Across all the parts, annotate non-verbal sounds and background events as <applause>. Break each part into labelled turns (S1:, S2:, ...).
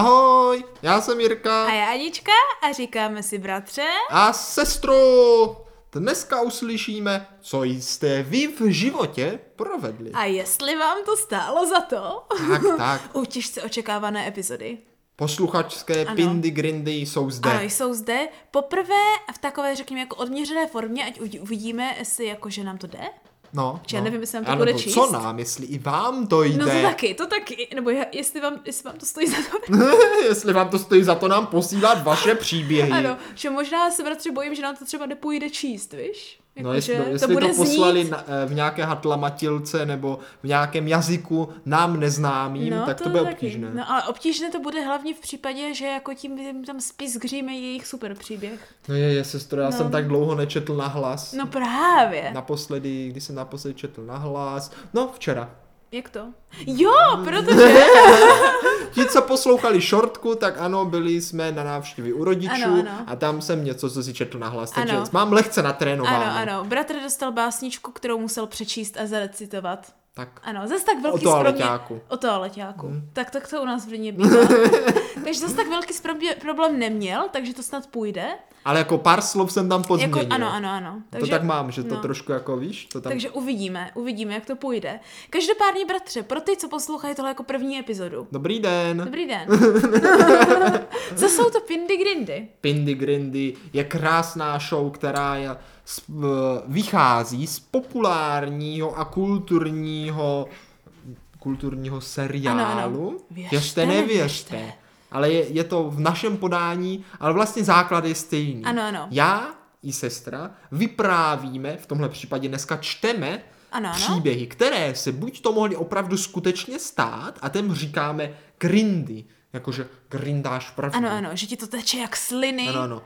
S1: Ahoj, já jsem Jirka
S2: A já Anička a říkáme si bratře.
S1: a sestro. Dneska uslyšíme, co jste vy v životě provedli.
S2: A jestli vám to stálo za to? <laughs>
S1: Tak, tak.
S2: U těžce očekávané epizody.
S1: Posluchačské
S2: Ano.
S1: pindy grindy jsou zde.
S2: Ano, jsou zde poprvé v takové, řekněme, jako odměřené formě, ať uvidí- uvidíme, jestli jako, že nám to jde.
S1: No,
S2: Či já
S1: no.
S2: nevím, jestli nám to
S1: Ano,
S2: bude
S1: no,
S2: číst.
S1: Co nám, jestli i vám to jde.
S2: No to taky, to taky. Nebo já, jestli, vám, jestli vám to stojí za to.
S1: <laughs> jestli vám to stojí za to nám posílat vaše příběhy.
S2: Ano, že možná se bratře bojím, že nám to třeba nepůjde číst, víš?
S1: No, jestli,
S2: jako že
S1: jestli to, poslali
S2: znít.
S1: na, eh, v nějaké hatlamatilce nebo v nějakém jazyku nám neznámým,
S2: No,
S1: tak to,
S2: to
S1: bude
S2: taky.
S1: obtížné.
S2: No, ale obtížné to bude hlavně v případě, že jako tím jim tam spíš hříme jejich super příběh.
S1: No je, je sestro, já
S2: No.
S1: jsem tak dlouho nečetl na hlas.
S2: No právě.
S1: Naposledy, když jsem naposledy četl na hlas, no včera.
S2: Jak to? Jo,
S1: <laughs>
S2: protože...
S1: Ti, co poslouchali šortku, tak ano, byli jsme na návštěvě u rodičů
S2: Ano, ano.
S1: a tam jsem něco, co si četl na hlas, takže
S2: Ano.
S1: mám lehce natrénováno.
S2: Ano, ano. Bratr dostal básničku, kterou musel přečíst a zarecitovat.
S1: Tak,
S2: Ano, zase tak velký
S1: O
S2: skromně...
S1: toaleťáku.
S2: O toaleťáku. Hmm. Tak, tak to u nás v Brně bývá.
S1: <laughs>
S2: takže zase tak velký skromně- problém neměl, takže to snad půjde.
S1: ale jako pár slov jsem tam pozměnil.
S2: Jako, ano, ano, ano.
S1: to tak mám, že to
S2: no.
S1: trošku jako, víš, to tam...
S2: Takže uvidíme, uvidíme, jak to půjde. Každopádně, bratře, pro ty, co poslouchají tohle jako první epizodu.
S1: Dobrý den, <laughs>
S2: Dobrý den. co jsou to Pindy Grindy?
S1: Pindy Grindy je krásná show, která je, z, v- vychází z populárního a kulturního kulturního seriálu.
S2: Věřte,
S1: Věřte, nevěřte.
S2: nevěřte.
S1: Ale je, je to v našem podání, ale vlastně základ je stejný.
S2: Ano, ano.
S1: Já i sestra vyprávíme, v tomhle případě dneska čteme
S2: Ano, ano.
S1: příběhy, které se buď to mohly opravdu skutečně stát a těm říkáme grindy, jakože grindáš pravdu.
S2: Ano, ano, že ti to teče jak sliny.
S1: Ano, ano. no,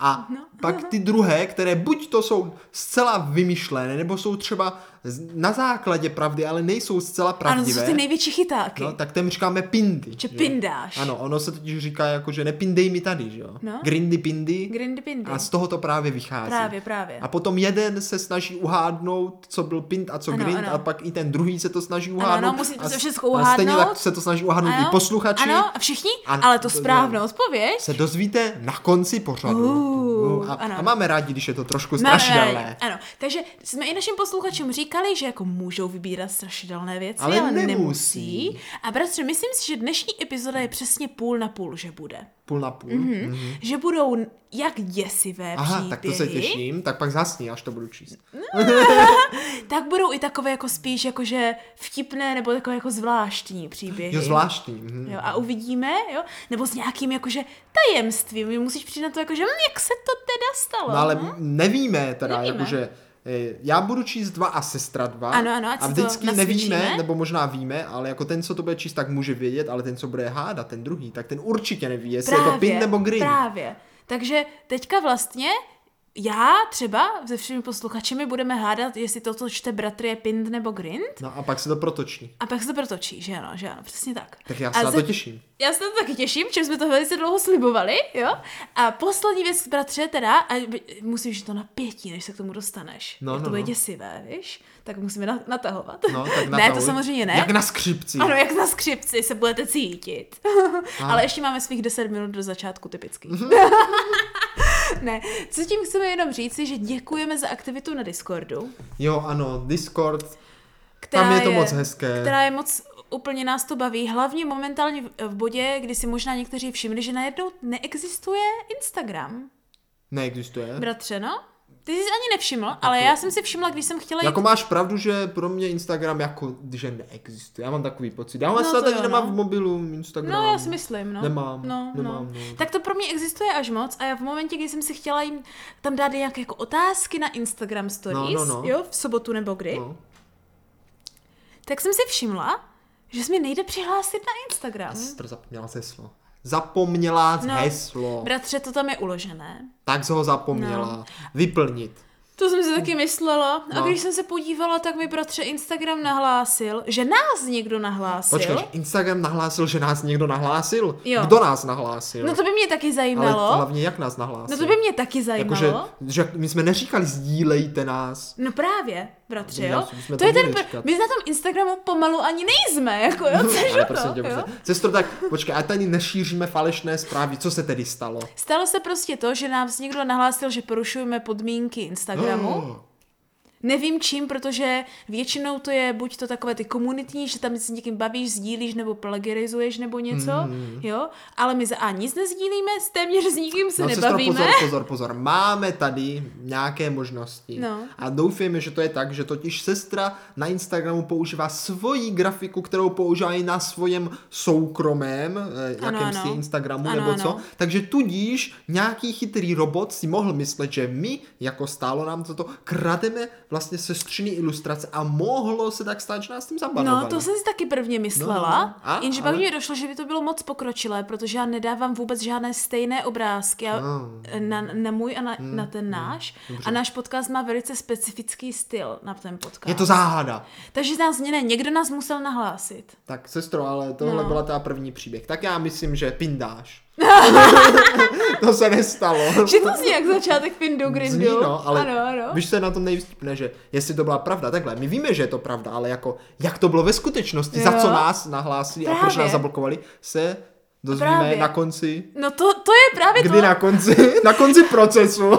S1: A
S2: No.
S1: pak ty druhé, které buď to jsou zcela vymyšlené, nebo jsou třeba z- na základě pravdy, ale nejsou zcela
S2: ano to
S1: pravdivé.
S2: jsou ty největší chytáky.
S1: no, tak těm říkáme pindy. že?
S2: Že pindáš.
S1: Ano, ono se totiž říká jako, že nepindej mi tady, že jo?
S2: No.
S1: Grindy pindy.
S2: Grindy pindy.
S1: A z toho to právě vychází.
S2: Právě, právě.
S1: A potom jeden se snaží uhádnout, co byl pint a co
S2: Ano,
S1: grind,
S2: ano.
S1: a pak i ten druhý se to snaží uhádnout.
S2: ano, musí
S1: a
S2: se
S1: s-
S2: všechno
S1: A stejně
S2: uhádnout.
S1: tak se to snaží uhádnout i posluchači.
S2: Ano, a všichni?
S1: Ano,
S2: Ale to
S1: to-
S2: správnou odpověď.
S1: se dozvíte na konci pořadu.
S2: Uh,
S1: Uh, a,
S2: ano.
S1: a máme rádi, když je to trošku
S2: Máme
S1: strašidelné.
S2: rádi. Ano, takže jsme i našim posluchačům říkali, že jako můžou vybírat strašidelné věci,
S1: Ale
S2: ale, nemusí.
S1: nemusí.
S2: A bratře, myslím si, že dnešní epizoda je přesně půl na půl, že bude.
S1: Půl na půl. Mm-hmm.
S2: Že budou n- jak děsivé
S1: Aha,
S2: příběhy,
S1: tak to se těším. Tak pak zasni, až to budu číst.
S2: tak budou i takové jako spíš jakože vtipné nebo takové jako zvláštní příběhy.
S1: Jo, zvláštní. mhm.
S2: Jo, a uvidíme, jo, nebo s nějakým jakože tajemstvím, Vy musíš přijít na to jakože, "Hm, jak se to teda stalo.
S1: No ale
S2: no?
S1: nevíme teda,
S2: Nevíme.
S1: jakože eh, já budu číst dva a sestra dva.
S2: Ano, ano, ať
S1: a
S2: si to
S1: vždycky
S2: nacvičíme.
S1: nevíme, nebo možná víme, ale jako ten, co to bude číst, tak může vědět, ale ten, co bude hádat, ten druhý, tak ten určitě neví, jestli je to pin nebo green.
S2: Právě. Takže teďka vlastně já třeba se všemi posluchači budeme hádat, jestli to, co čte bratr, je pind nebo grind.
S1: No a pak se to protočí.
S2: A pak se to protočí, že ano, že ano, přesně tak.
S1: Tak já
S2: A
S1: se na
S2: ze-
S1: to těším.
S2: Já se na to taky těším, čem jsme to velice dlouho slibovali, jo? A poslední věc, bratře, teda, a by- musíš to napětí, než se k tomu dostaneš.
S1: No,
S2: Jak
S1: no,
S2: to bude
S1: no.
S2: děsivé, víš? Tak musíme na- natahovat.
S1: No, tak
S2: ne, to
S1: natahuj.
S2: samozřejmě ne.
S1: Jak na skřipci.
S2: Ano, jak na skřipci se budete cítit.
S1: <laughs>
S2: Ale ještě máme svých 10 minut do začátku typický.
S1: Mhm.
S2: <laughs> ne, co tím chceme jenom říct, je, že děkujeme za aktivitu na Discordu,
S1: Jo, ano, Discord,
S2: která
S1: Tam je to moc hezké.
S2: Která je moc úplně nás to baví, hlavně momentálně v- v bodě, kdy si možná někteří všimli, že najednou neexistuje Instagram.
S1: neexistuje.
S2: Bratře, no? Ty jsi ani nevšiml, ale já jsem si všimla, když jsem chtěla jít
S1: Jako máš pravdu, že pro mě Instagram jako, že neexistuje. Já mám takový pocit. Já vlastně
S2: to
S1: tady
S2: jo,
S1: nemám
S2: no.
S1: v mobilu Instagram.
S2: No, já si myslím, no.
S1: Nemám,
S2: no,
S1: nemám,
S2: no.
S1: no.
S2: Tak to pro mě existuje až moc a já v momentě, kdy jsem si chtěla jim tam dát nějaké jako otázky na Instagram stories,
S1: No, no, no.
S2: jo, v sobotu nebo kdy,
S1: No.
S2: tak jsem si všimla, že se mi nejde přihlásit na Instagram.
S1: Sestr, zapomněla jsi heslo. Zapomněla jsi
S2: No,
S1: heslo.
S2: Bratře, to tam je uložené.
S1: Tak jsi ho zapomněla.
S2: No.
S1: Vyplnit.
S2: To jsem si taky myslela. No.
S1: No.
S2: A když jsem se podívala, tak mi bratře Instagram nahlásil, že nás někdo nahlásil.
S1: Počkej, že Instagram nahlásil, že nás někdo nahlásil?
S2: Jo.
S1: Kdo nás nahlásil?
S2: No to by mě taky
S1: Ale
S2: zajímalo.
S1: hlavně jak nás nahlásil?
S2: no to by mě taky zajímalo.
S1: Jakože, že my jsme neříkali sdílejte nás.
S2: No právě, bratře,
S1: Já
S2: jo?
S1: si bychom
S2: To
S1: to
S2: je ten,
S1: měli
S2: pr-
S1: říkat.
S2: my na tom Instagramu pomalu ani nejsme,
S1: <laughs>
S2: jako jo, což
S1: Ale
S2: to,
S1: prosím tě,
S2: jo?
S1: prosím. Sestro, tak počkej, a tady nešíříme falešné zprávy. Co se tedy stalo?
S2: Stalo se prostě to, že nám někdo nahlásil, že porušujeme podmínky Instagramu.
S1: Oh,
S2: Nevím čím, protože většinou to je buď to takové ty komunitní, že tam s někým bavíš, sdílíš nebo plagiarizuješ nebo něco,
S1: Hmm.
S2: mm. jo, ale my za A nic nezdílíme, s téměř s nikým se
S1: No,
S2: no,
S1: sestro,
S2: nebavíme.
S1: pozor, pozor, pozor. Máme tady nějaké možnosti.
S2: No.
S1: A doufejme, že to je tak, že totiž sestra na Instagramu používá svoji grafiku, kterou používá i na svojem soukromém, eh,
S2: Ano,
S1: jakémsi
S2: ano.
S1: Instagramu
S2: Ano,
S1: nebo co.
S2: ano.
S1: Takže tudíž nějaký chytrý robot si mohl myslet, že my, jako stálo nám toto, krademe vlastně sestřiny ilustrace a mohlo se tak stát, že nás tím zabanovali.
S2: No, to jsem si taky prvně myslela,
S1: No, no, no. A?
S2: jenže pak
S1: Ale-
S2: mi došlo, že by to bylo moc pokročilé, protože já nedávám vůbec žádné stejné obrázky já,
S1: No.
S2: na, na můj a na,
S1: Hmm,
S2: na ten náš. A náš podcast má velice specifický styl na ten podcast.
S1: Je to záhada.
S2: Takže nás ne, někdo nás musel nahlásit.
S1: Tak sestro, ale tohle
S2: No.
S1: no. byla ta první příběh. Tak já myslím, že
S2: <laughs>
S1: pindáš. to se nestalo.
S2: Že to zní jak začátek Pindu Grindu.
S1: Zní, no, ale
S2: Ano, ano.
S1: víš, co je na tom nejvtipné, že jestli to byla pravda, takhle, my víme, že je to pravda, ale jako, jak to bylo ve skutečnosti, za
S2: Jo.
S1: co nás nahlásili a proč
S2: Právě.
S1: nás zablokovali, se dozvíme
S2: Právě.
S1: na konci,
S2: No to, to je právě
S1: kdy
S2: to, Jako-
S1: na konci, <laughs> na konci procesu.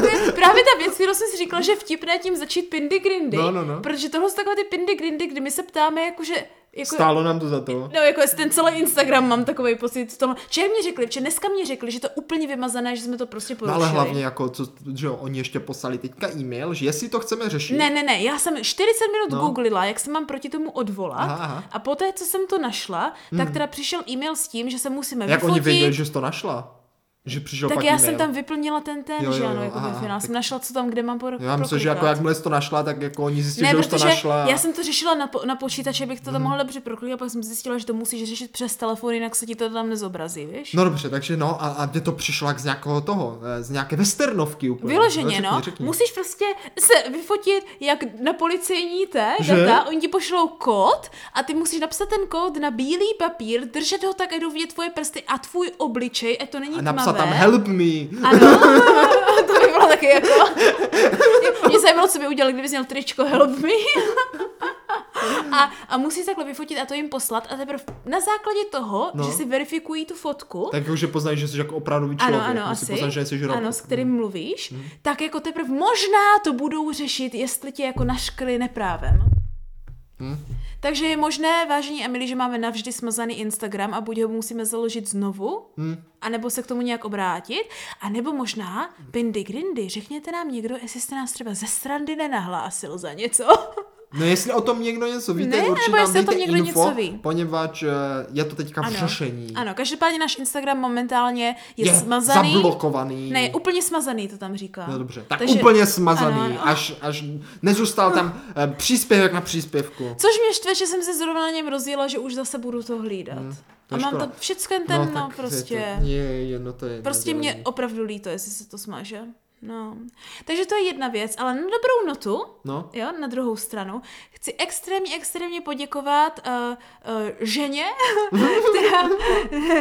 S2: to je právě ta věc, kterou jsem si říkala, že je vtipné tím začít Pindy Grindy.
S1: No, no, no.
S2: Protože tohle jsou takové ty Pindy Grindy, kdy my se ptáme jakože... Jako,
S1: Stálo nám to za to.
S2: No, jako jestli ten celý Instagram mám takový pocit v tom. Včera mě řekli, včera dneska mě řekli, že to úplně vymazané, že jsme to prostě
S1: No,
S2: porušili.
S1: ale hlavně jako, co, že jo, oni ještě poslali teďka e-mail, že jestli to chceme řešit,
S2: Ne, ne, ne, já jsem 40 minut no.
S1: No.
S2: googlila, jak se mám proti tomu odvolat aha,
S1: Aha,
S2: aha.
S1: aha. Hmm.
S2: a poté, co jsem to našla, tak teda přišel e-mail s tím, že se musíme
S1: jak
S2: vyfotit.
S1: oni věděli, že jsi to našla. Že přišel
S2: tak
S1: pak
S2: já
S1: e-mail.
S2: jsem tam vyplnila ten ten,
S1: Jo,
S2: že
S1: jo,
S2: ano,
S1: jo,
S2: jako ve
S1: aha,
S2: finále
S1: tak-
S2: jsem našla, co tam, kde mám por-
S1: Já myslím, že jako
S2: proklikat.
S1: jakmile jsi to našla, tak jako oni zjistili,
S2: ne,
S1: že už to
S2: protože
S1: našla. Mhm.
S2: já jsem to řešila na, po- na počítači, abych to tam mohla dobře proklikla, pak jsem zjistila, že to musíš řešit přes telefon, jinak se ti to tam nezobrazí, víš?
S1: No dobře, takže no a, a mě to přišlo jak z nějakého toho, eh, z nějaké westernovky úplně.
S2: Vyloženě,
S1: řekni,
S2: no.
S1: Řekni.
S2: Musíš prostě se vyfotit, jak na policejní té
S1: Že?
S2: data, oni ti pošlou kód a ty musíš napsat ten kód na bílý papír, držet ho tak, ať jdou vidět tvoje prsty a tvůj obličej, a to není
S1: A napsat
S2: tmavé.
S1: tam help me.
S2: Ano, <laughs> to by bylo taky jako... Mě zajímalo, co by udělal, kdyby měl tričko Help me. <laughs> A, a musíš takhle vyfotit a to jim poslat a teprve na základě toho,
S1: No.
S2: že si verifikují tu fotku,
S1: Tak jako, že poznáš, že jsi jako opravdový
S2: ano,
S1: člověk.
S2: ano,
S1: musí
S2: asi.
S1: Poznat, že jsi Mm. robot.
S2: ano, s kterým hmm. mluvíš, hmm. tak jako teprve možná to budou řešit, jestli tě jako naškli neprávem.
S1: Mm.
S2: Takže je možné, vážení a milí, že máme navždy smazaný Instagram a buď ho musíme založit znovu,
S1: Mm.
S2: hmm. anebo se k tomu nějak obrátit, anebo možná Pindy Grindy, řekněte nám někdo, jestli jste nás třeba ze srandy nenahlásil za něco. <laughs>
S1: No jestli o tom někdo něco víte,
S2: Ne,
S1: určitě
S2: nebo
S1: nám
S2: jestli o tom
S1: dejte
S2: někdo
S1: info,
S2: něco ví.
S1: poněvadž eh, je to teďka v řešení.
S2: ano, každopádně náš Instagram momentálně je,
S1: Je
S2: smazaný.
S1: zablokovaný.
S2: Ne, je úplně smazaný, to tam říká.
S1: No dobře, tak úplně smazaný, až, až nezůstal tam eh, příspěvek na příspěvku.
S2: Což mě štve, že jsem se zrovna na něm rozjela, že už zase budu to hlídat. Hmm,
S1: to
S2: a
S1: je
S2: mám
S1: škoda.
S2: tam všecko jen ten, no, no
S1: tak
S2: prostě.
S1: Je, to, je, je, no to je
S2: prostě
S1: nedělení.
S2: mě opravdu líto, jestli se to smaže. No. Takže to je jedna věc, ale na dobrou notu,
S1: No,
S2: jo, na druhou stranu, chci extrémně, extrémně poděkovat uh, uh, ženě, <laughs> která, <laughs>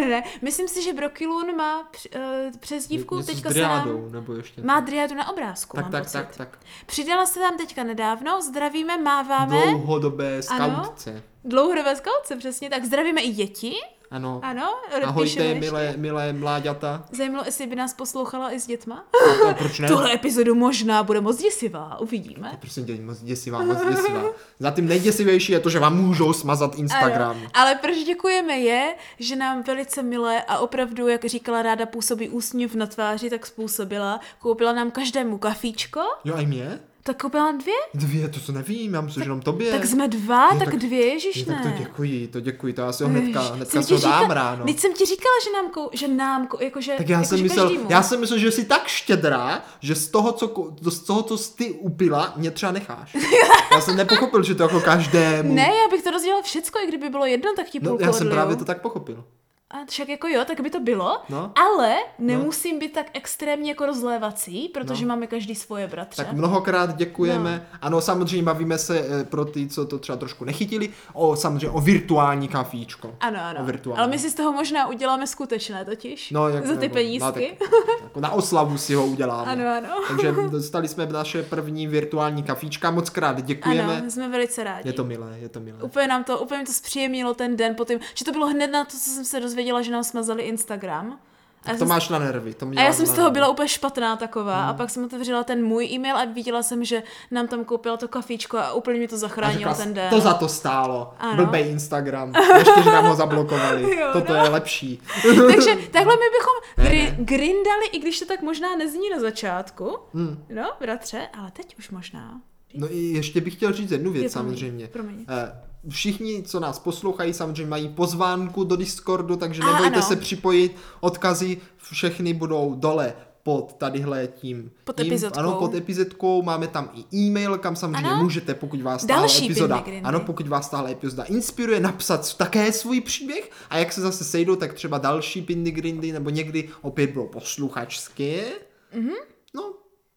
S2: ne, myslím si, že Brokilun má uh, přezdívku,
S1: něco
S2: teďka
S1: s
S2: se nám,
S1: driádou, nebo ještě.
S2: má driádu na obrázku,
S1: tak,
S2: mám
S1: tak,
S2: pocit.
S1: tak, tak.
S2: Přidala se nám teďka nedávno, zdravíme, máváme,
S1: Dlouhodobé
S2: Ano.
S1: skautce.
S2: Dlouhodobé zkouce, přesně tak. Zdravíme i děti.
S1: Ano.
S2: Ano,
S1: Ahojte,
S2: píšeme ještě.
S1: milé, milé mláďata.
S2: <laughs> Zajímalo, jestli by nás poslouchala i s dětma?
S1: A proč ne?
S2: Tuhle epizodu možná bude moc děsivá, uvidíme.
S1: Prosím tě, moc děsivá, moc děsivá. Za tím nejděsivější je to, že vám můžou smazat Instagram.
S2: Ano, ale proč děkujeme je, že nám velice milé a opravdu, jak říkala ráda, působí úsměv na tváři, tak způsobila. Koupila nám každému kafíčko,
S1: Jo, a mě?
S2: tak koupila nám dvě?
S1: Dvě, to co nevím, já myslím, že jenom tobě.
S2: Tak jsme dva,
S1: Je,
S2: tak,
S1: Eh. No tak-
S2: dvě, ježiš
S1: Je,
S2: ne.
S1: tak to děkuji, to děkuji, to já si ho hnedka,
S2: Ježiš,
S1: hnedka
S2: jsem
S1: si ho
S2: ti říkala- jako
S1: dám ráno.
S2: Vždyť jsem ti říkala, že nám, kou, že nám, kou, jakože,
S1: Tak já
S2: jakože
S1: jsem, myslel,
S2: každému.
S1: já jsem myslel, že jsi tak štědrá, že z toho, co, ko- z toho, co jsi ty upila, mě třeba necháš. Já jsem nepochopil, že to jako každému.
S2: Ne, já bych to rozdělala všecko, i kdyby bylo jedno, tak ti
S1: no,
S2: půlku
S1: já jsem
S2: odliju.
S1: právě to tak pochopil.
S2: A však jako jo, tak by to bylo,
S1: No. No.
S2: ale nemusím být tak extrémně jako rozlévací, protože máme každý svoje bratře.
S1: Tak mnohokrát děkujeme.
S2: No.
S1: Ano, samozřejmě bavíme se eh, pro ty, co to třeba trošku nechytili, o samozřejmě o virtuální kafíčko.
S2: Ano,
S1: O
S2: ano.
S1: virtuální.
S2: Ale my si z toho možná uděláme skutečné totiž.
S1: No, jak
S2: za ty
S1: nebo- No, tak,
S2: penízky.
S1: jako na oslavu si ho uděláme.
S2: ano, ano. <laughs>
S1: Takže dostali jsme naše první virtuální kafíčka. Moc krát děkujeme.
S2: Ano, jsme velice rádi.
S1: Je to milé, je to milé.
S2: Úplně nám to, úplně mi to zpříjemnilo ten den po tím, že to bylo hned na to, co jsem se dozvěděla, že nám smazali Instagram. A já,
S1: To
S2: jsem,
S1: máš na nervy. To mě
S2: a já
S1: máš
S2: jsem
S1: na Hmm.
S2: z toho
S1: nervy.
S2: byla úplně špatná taková a pak jsem otevřela ten můj e-mail a viděla jsem, že nám tam koupila to kafíčko a úplně mi to
S1: A
S2: zachránilo
S1: řekla
S2: ten
S1: jsi,
S2: den.
S1: To za to stálo.
S2: Ano.
S1: Blbej Instagram. Ještě, že nám ho zablokovali.
S2: <laughs> Jo,
S1: Toto
S2: no.
S1: je lepší.
S2: <laughs> Takže takhle my bychom
S1: Ne,
S2: gri-
S1: ne.
S2: grindali, i když to tak možná nezní na začátku,
S1: Hmm.
S2: no bratře, ale teď už možná.
S1: No i ještě bych chtěl říct jednu věc
S2: Jo, promiň,
S1: samozřejmě.
S2: promiň.
S1: Eh, Všichni, co nás poslouchají, samozřejmě mají pozvánku do Discordu, takže
S2: Aha,
S1: nebojte
S2: ano.
S1: se připojit. Odkazy všechny budou dole pod tadyhle tím.
S2: Pod
S1: tím-
S2: epizodkou.
S1: Ano, pod epizodkou. Máme tam i e-mail, kam samozřejmě
S2: Ano.
S1: můžete, pokud vás tahle
S2: Další
S1: epizoda.
S2: Pivny Grindy.
S1: Ano, pokud vás tahle epizoda inspiruje, napsat také svůj příběh a jak se zase sejdou, tak třeba další Pindy Grindy, nebo někdy opět bylo posluchačské. Mm-hmm.
S2: Mhm.
S1: No,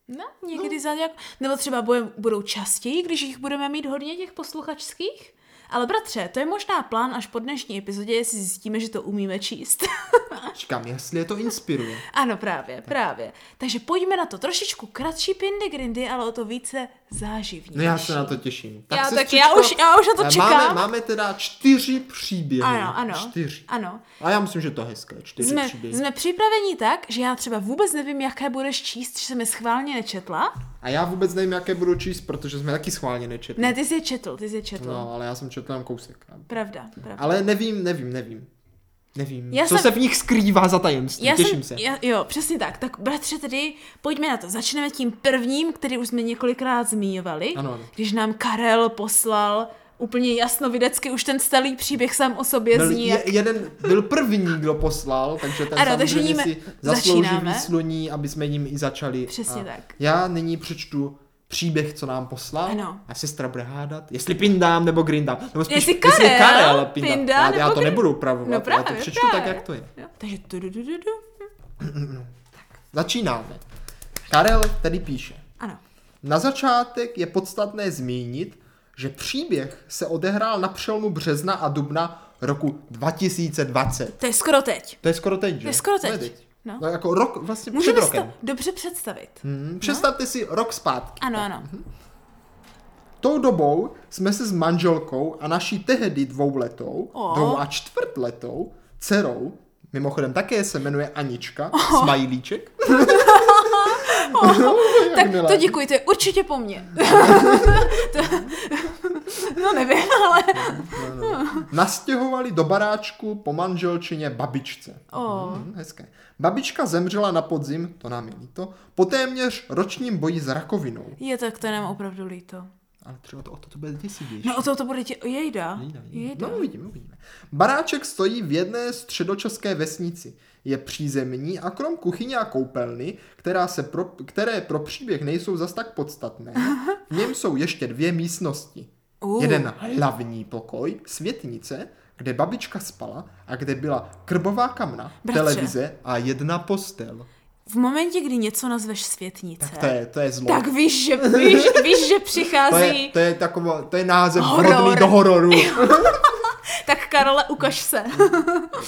S2: No, někdy za nějak... Nebo třeba bude, budou častěji, když jich budeme mít hodně těch posluchačských. Ale bratře, to je možná plán až po dnešní epizodě, jestli zjistíme, že to umíme číst.
S1: říkám, jestli je to inspiruje.
S2: ano, právě, právě. Takže pojďme na to trošičku kratší pindy grindy, ale o to více záživnější.
S1: No já se na to těším.
S2: Já
S1: se,
S2: taky, já už- já už na to
S1: Eh, Máme,
S2: čekám.
S1: máme teda čtyři příběhy.
S2: Ano, ano.
S1: Čtyři.
S2: Ano.
S1: A já myslím, že to je hezké, čtyři
S2: Jsme,
S1: příběhy.
S2: jsme připraveni tak, že já třeba vůbec nevím, jaké budeš číst, že jsem je schválně nečetla.
S1: A já vůbec nevím, jaké budu číst, protože jsme taky schválně nečetli.
S2: Ne, ty jsi je četl, ty jsi je četl.
S1: No, ale já jsem četl jenom kousek.
S2: Pravda, pravda.
S1: Ale nevím, nevím, nevím. Nevím,
S2: Já
S1: co
S2: jsem-
S1: se v nich skrývá za tajemství.
S2: Já
S1: Těším
S2: jsem,
S1: se.
S2: Já, jo, přesně tak. Tak bratře, tedy pojďme na to. Začneme tím prvním, který už jsme několikrát zmiňovali.
S1: Ano, ano.
S2: Když nám Karel poslal úplně jasnovidecky už ten starý příběh sám o sobě
S1: Byl,
S2: zní. Jak...
S1: je, jeden byl první, kdo poslal, takže ten
S2: Ano, takže
S1: samozřejmě
S2: jíme-
S1: si zaslouží
S2: začínáme.
S1: výsluní, aby jsme jim i začali.
S2: Přesně
S1: a
S2: tak.
S1: Já nyní přečtu příběh, co nám poslal.
S2: Ano.
S1: A sestra bude hádat, jestli pindám nebo grindám. Nebo spíš,
S2: Jestli Karel
S1: Karel
S2: pindá
S1: já, já
S2: nebo
S1: to
S2: grind-
S1: nebudu upravovat,
S2: No právě,
S1: já to přečtu
S2: právě.
S1: tak, jak to je.
S2: Jo, takže tu, du, du, du, du.
S1: Začínáme. Karel tedy píše.
S2: Ano.
S1: Na začátek je podstatné zmínit, že příběh se odehrál na přelomu března a dubna roku 2020.
S2: To je skoro teď.
S1: To je skoro teď, že?
S2: je skoro teď.
S1: To je
S2: No.
S1: No, jako rok, vlastně Můžeme
S2: Můžeme no.
S1: před
S2: si to
S1: rokem.
S2: dobře představit.
S1: Hmm, Představte si rok zpátky.
S2: Ano, ano.
S1: Hm. Tou dobou jsme se s manželkou a naší tehdy dvouletou,
S2: O.
S1: dvou a čtvrtletou dcerou, mimochodem také se jmenuje Anička, oh. smajlíček.
S2: <laughs>
S1: No, jak
S2: Tak
S1: milé.
S2: to děkuji, to je určitě po mně.
S1: Hm.
S2: <laughs> to... No nevím, ale...
S1: Nastěhovali do baráčku po manželčině babičce.
S2: O,
S1: Mhm, hezké. Babička zemřela na podzim, to nám je líto, po téměř ročním boji s rakovinou.
S2: je tak to je nám opravdu líto.
S1: Ale třeba to o to, to bude děsivější.
S2: No o to to bude tě... Jejda. Jejda.
S1: No uvidíme, uvidíme. Baráček stojí v jedné středočeské vesnici. Je přízemní a krom kuchyně a koupelny, která se pro, které pro příběh nejsou zas tak podstatné, v něm jsou ještě dvě místnosti.
S2: Uh.
S1: Jeden hlavní pokoj, světnice, kde babička spala a kde byla krbová kamna,
S2: Bratře.
S1: televize a jedna postel.
S2: V momentě, kdy něco nazveš světnice, tak,
S1: To je, to je zlo.
S2: tak víš, že, víš, víš, že
S1: to,
S2: přichází.
S1: je, to, je taková, to je název
S2: Horor.
S1: vhodný do
S2: <laughs>
S1: hororu.
S2: Tak Karole, ukaž se.
S1: No,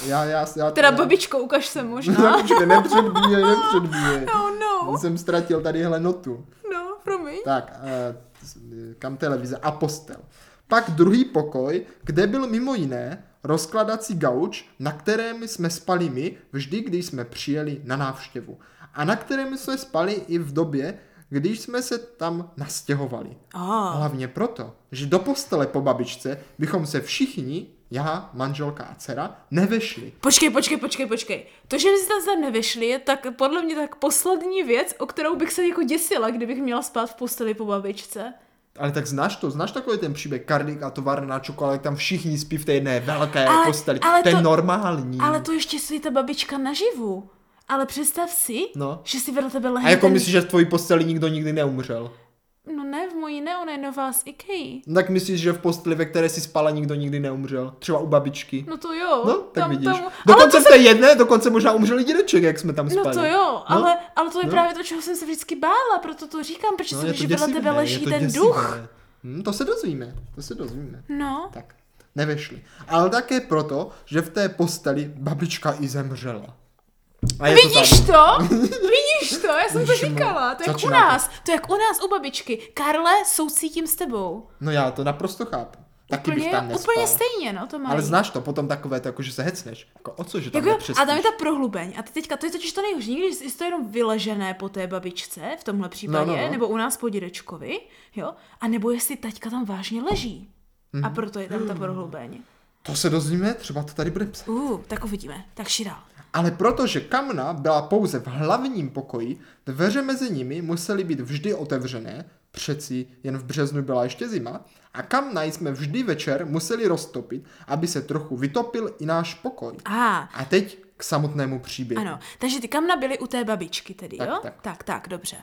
S1: Já, já, já,
S2: Teda
S1: já,
S2: babičko, ukaž se možná.
S1: Nepředvídej, nepředvídej, nepředvídej.
S2: Oh no,
S1: Jsem ztratil tadyhle notu.
S2: no, promiň.
S1: Tak, eh, kam televize? A postel. Pak druhý pokoj, kde byl mimo jiné rozkladací gauč, na kterém jsme spali my vždy, když jsme přijeli na návštěvu. A na kterém jsme spali i v době, když jsme se tam nastěhovali.
S2: Oh,
S1: Hlavně proto, že do postele po babičce bychom se všichni, já, manželka a dcera, nevešli.
S2: počkej, počkej, počkej, počkej. To, že my jsme se tam nevyšli, je tak podle mě tak poslední věc, o kterou bych se jako děsila, kdybych měla spát v posteli po babičce.
S1: Ale tak znáš to, znáš takový ten příběh Karlík a továrna čokolád, jak tam všichni spí v té jedné velké
S2: Ale-
S1: posteli.
S2: ale
S1: to je
S2: to-
S1: normální.
S2: Ale to ještě si ta babička naživu. Ale představ si,
S1: No.
S2: že si vedle tebe
S1: A
S2: lehne
S1: jako
S2: ten...
S1: myslíš, že v tvojí posteli nikdo nikdy neumřel?
S2: No ne, v mimo jiné, ona je nová z IKEA.
S1: Tak myslíš, že v posteli, ve které si spala, nikdo nikdy neumřel? Třeba u babičky.
S2: No to jo.
S1: No, tak
S2: tam,
S1: vidíš.
S2: Tam... Ale
S1: Dokonce
S2: to
S1: v té jedné, dokonce možná umřel i dědeček, jak jsme tam spali.
S2: No to jo,
S1: No.
S2: ale, ale to je
S1: No.
S2: právě to, čeho jsem se vždycky bála, proto to říkám, protože jsem, že vedle tebe
S1: ne? Je
S2: leží
S1: to
S2: ten
S1: děsivé.
S2: duch.
S1: Hm, to se dozvíme, to se dozvíme.
S2: No,
S1: Tak, nevešli. Ale také proto, že v té posteli babička i zemřela. A je
S2: vidíš
S1: tam-
S2: to? Vidíš to? Já jsem to
S1: Ježišmarja.
S2: říkala. To je jak u
S1: no. Začíná to.
S2: nás. To je jak u nás u babičky. Karle, soucítím s tebou.
S1: No já to naprosto chápu. Taky bych
S2: Úplně,
S1: tam nespal.
S2: úplně stejně, no to má.
S1: Ale znáš to, potom takové to, jako, že se hecneš. Jako, o co, že tam
S2: Jako, jo,
S1: nepřespíš?
S2: a tam je ta prohlubeň. A ty teďka, to je totiž to nejhorší. Někdy jsi- jsi to jenom vyležené po té babičce, v tomhle případě,
S1: No, no, no.
S2: nebo u nás po dědečkovi, jo? A nebo jestli taťka tam vážně leží. A
S1: Mhm.
S2: proto je tam ta prohlubeň.
S1: To se dozvíme, třeba to tady bude psát.
S2: Uh, tak uvidíme. Tak širál.
S1: Ale protože kamna byla pouze v hlavním pokoji, dveře mezi nimi musely být vždy otevřené, přeci jen v březnu byla ještě zima, a kamna jsme vždy večer museli roztopit, aby se trochu vytopil i náš pokoj.
S2: A,
S1: A teď k samotnému příběhu.
S2: ano. Takže ty kamna byly u té babičky tedy,
S1: Tak,
S2: jo?
S1: tak.
S2: tak, tak dobře.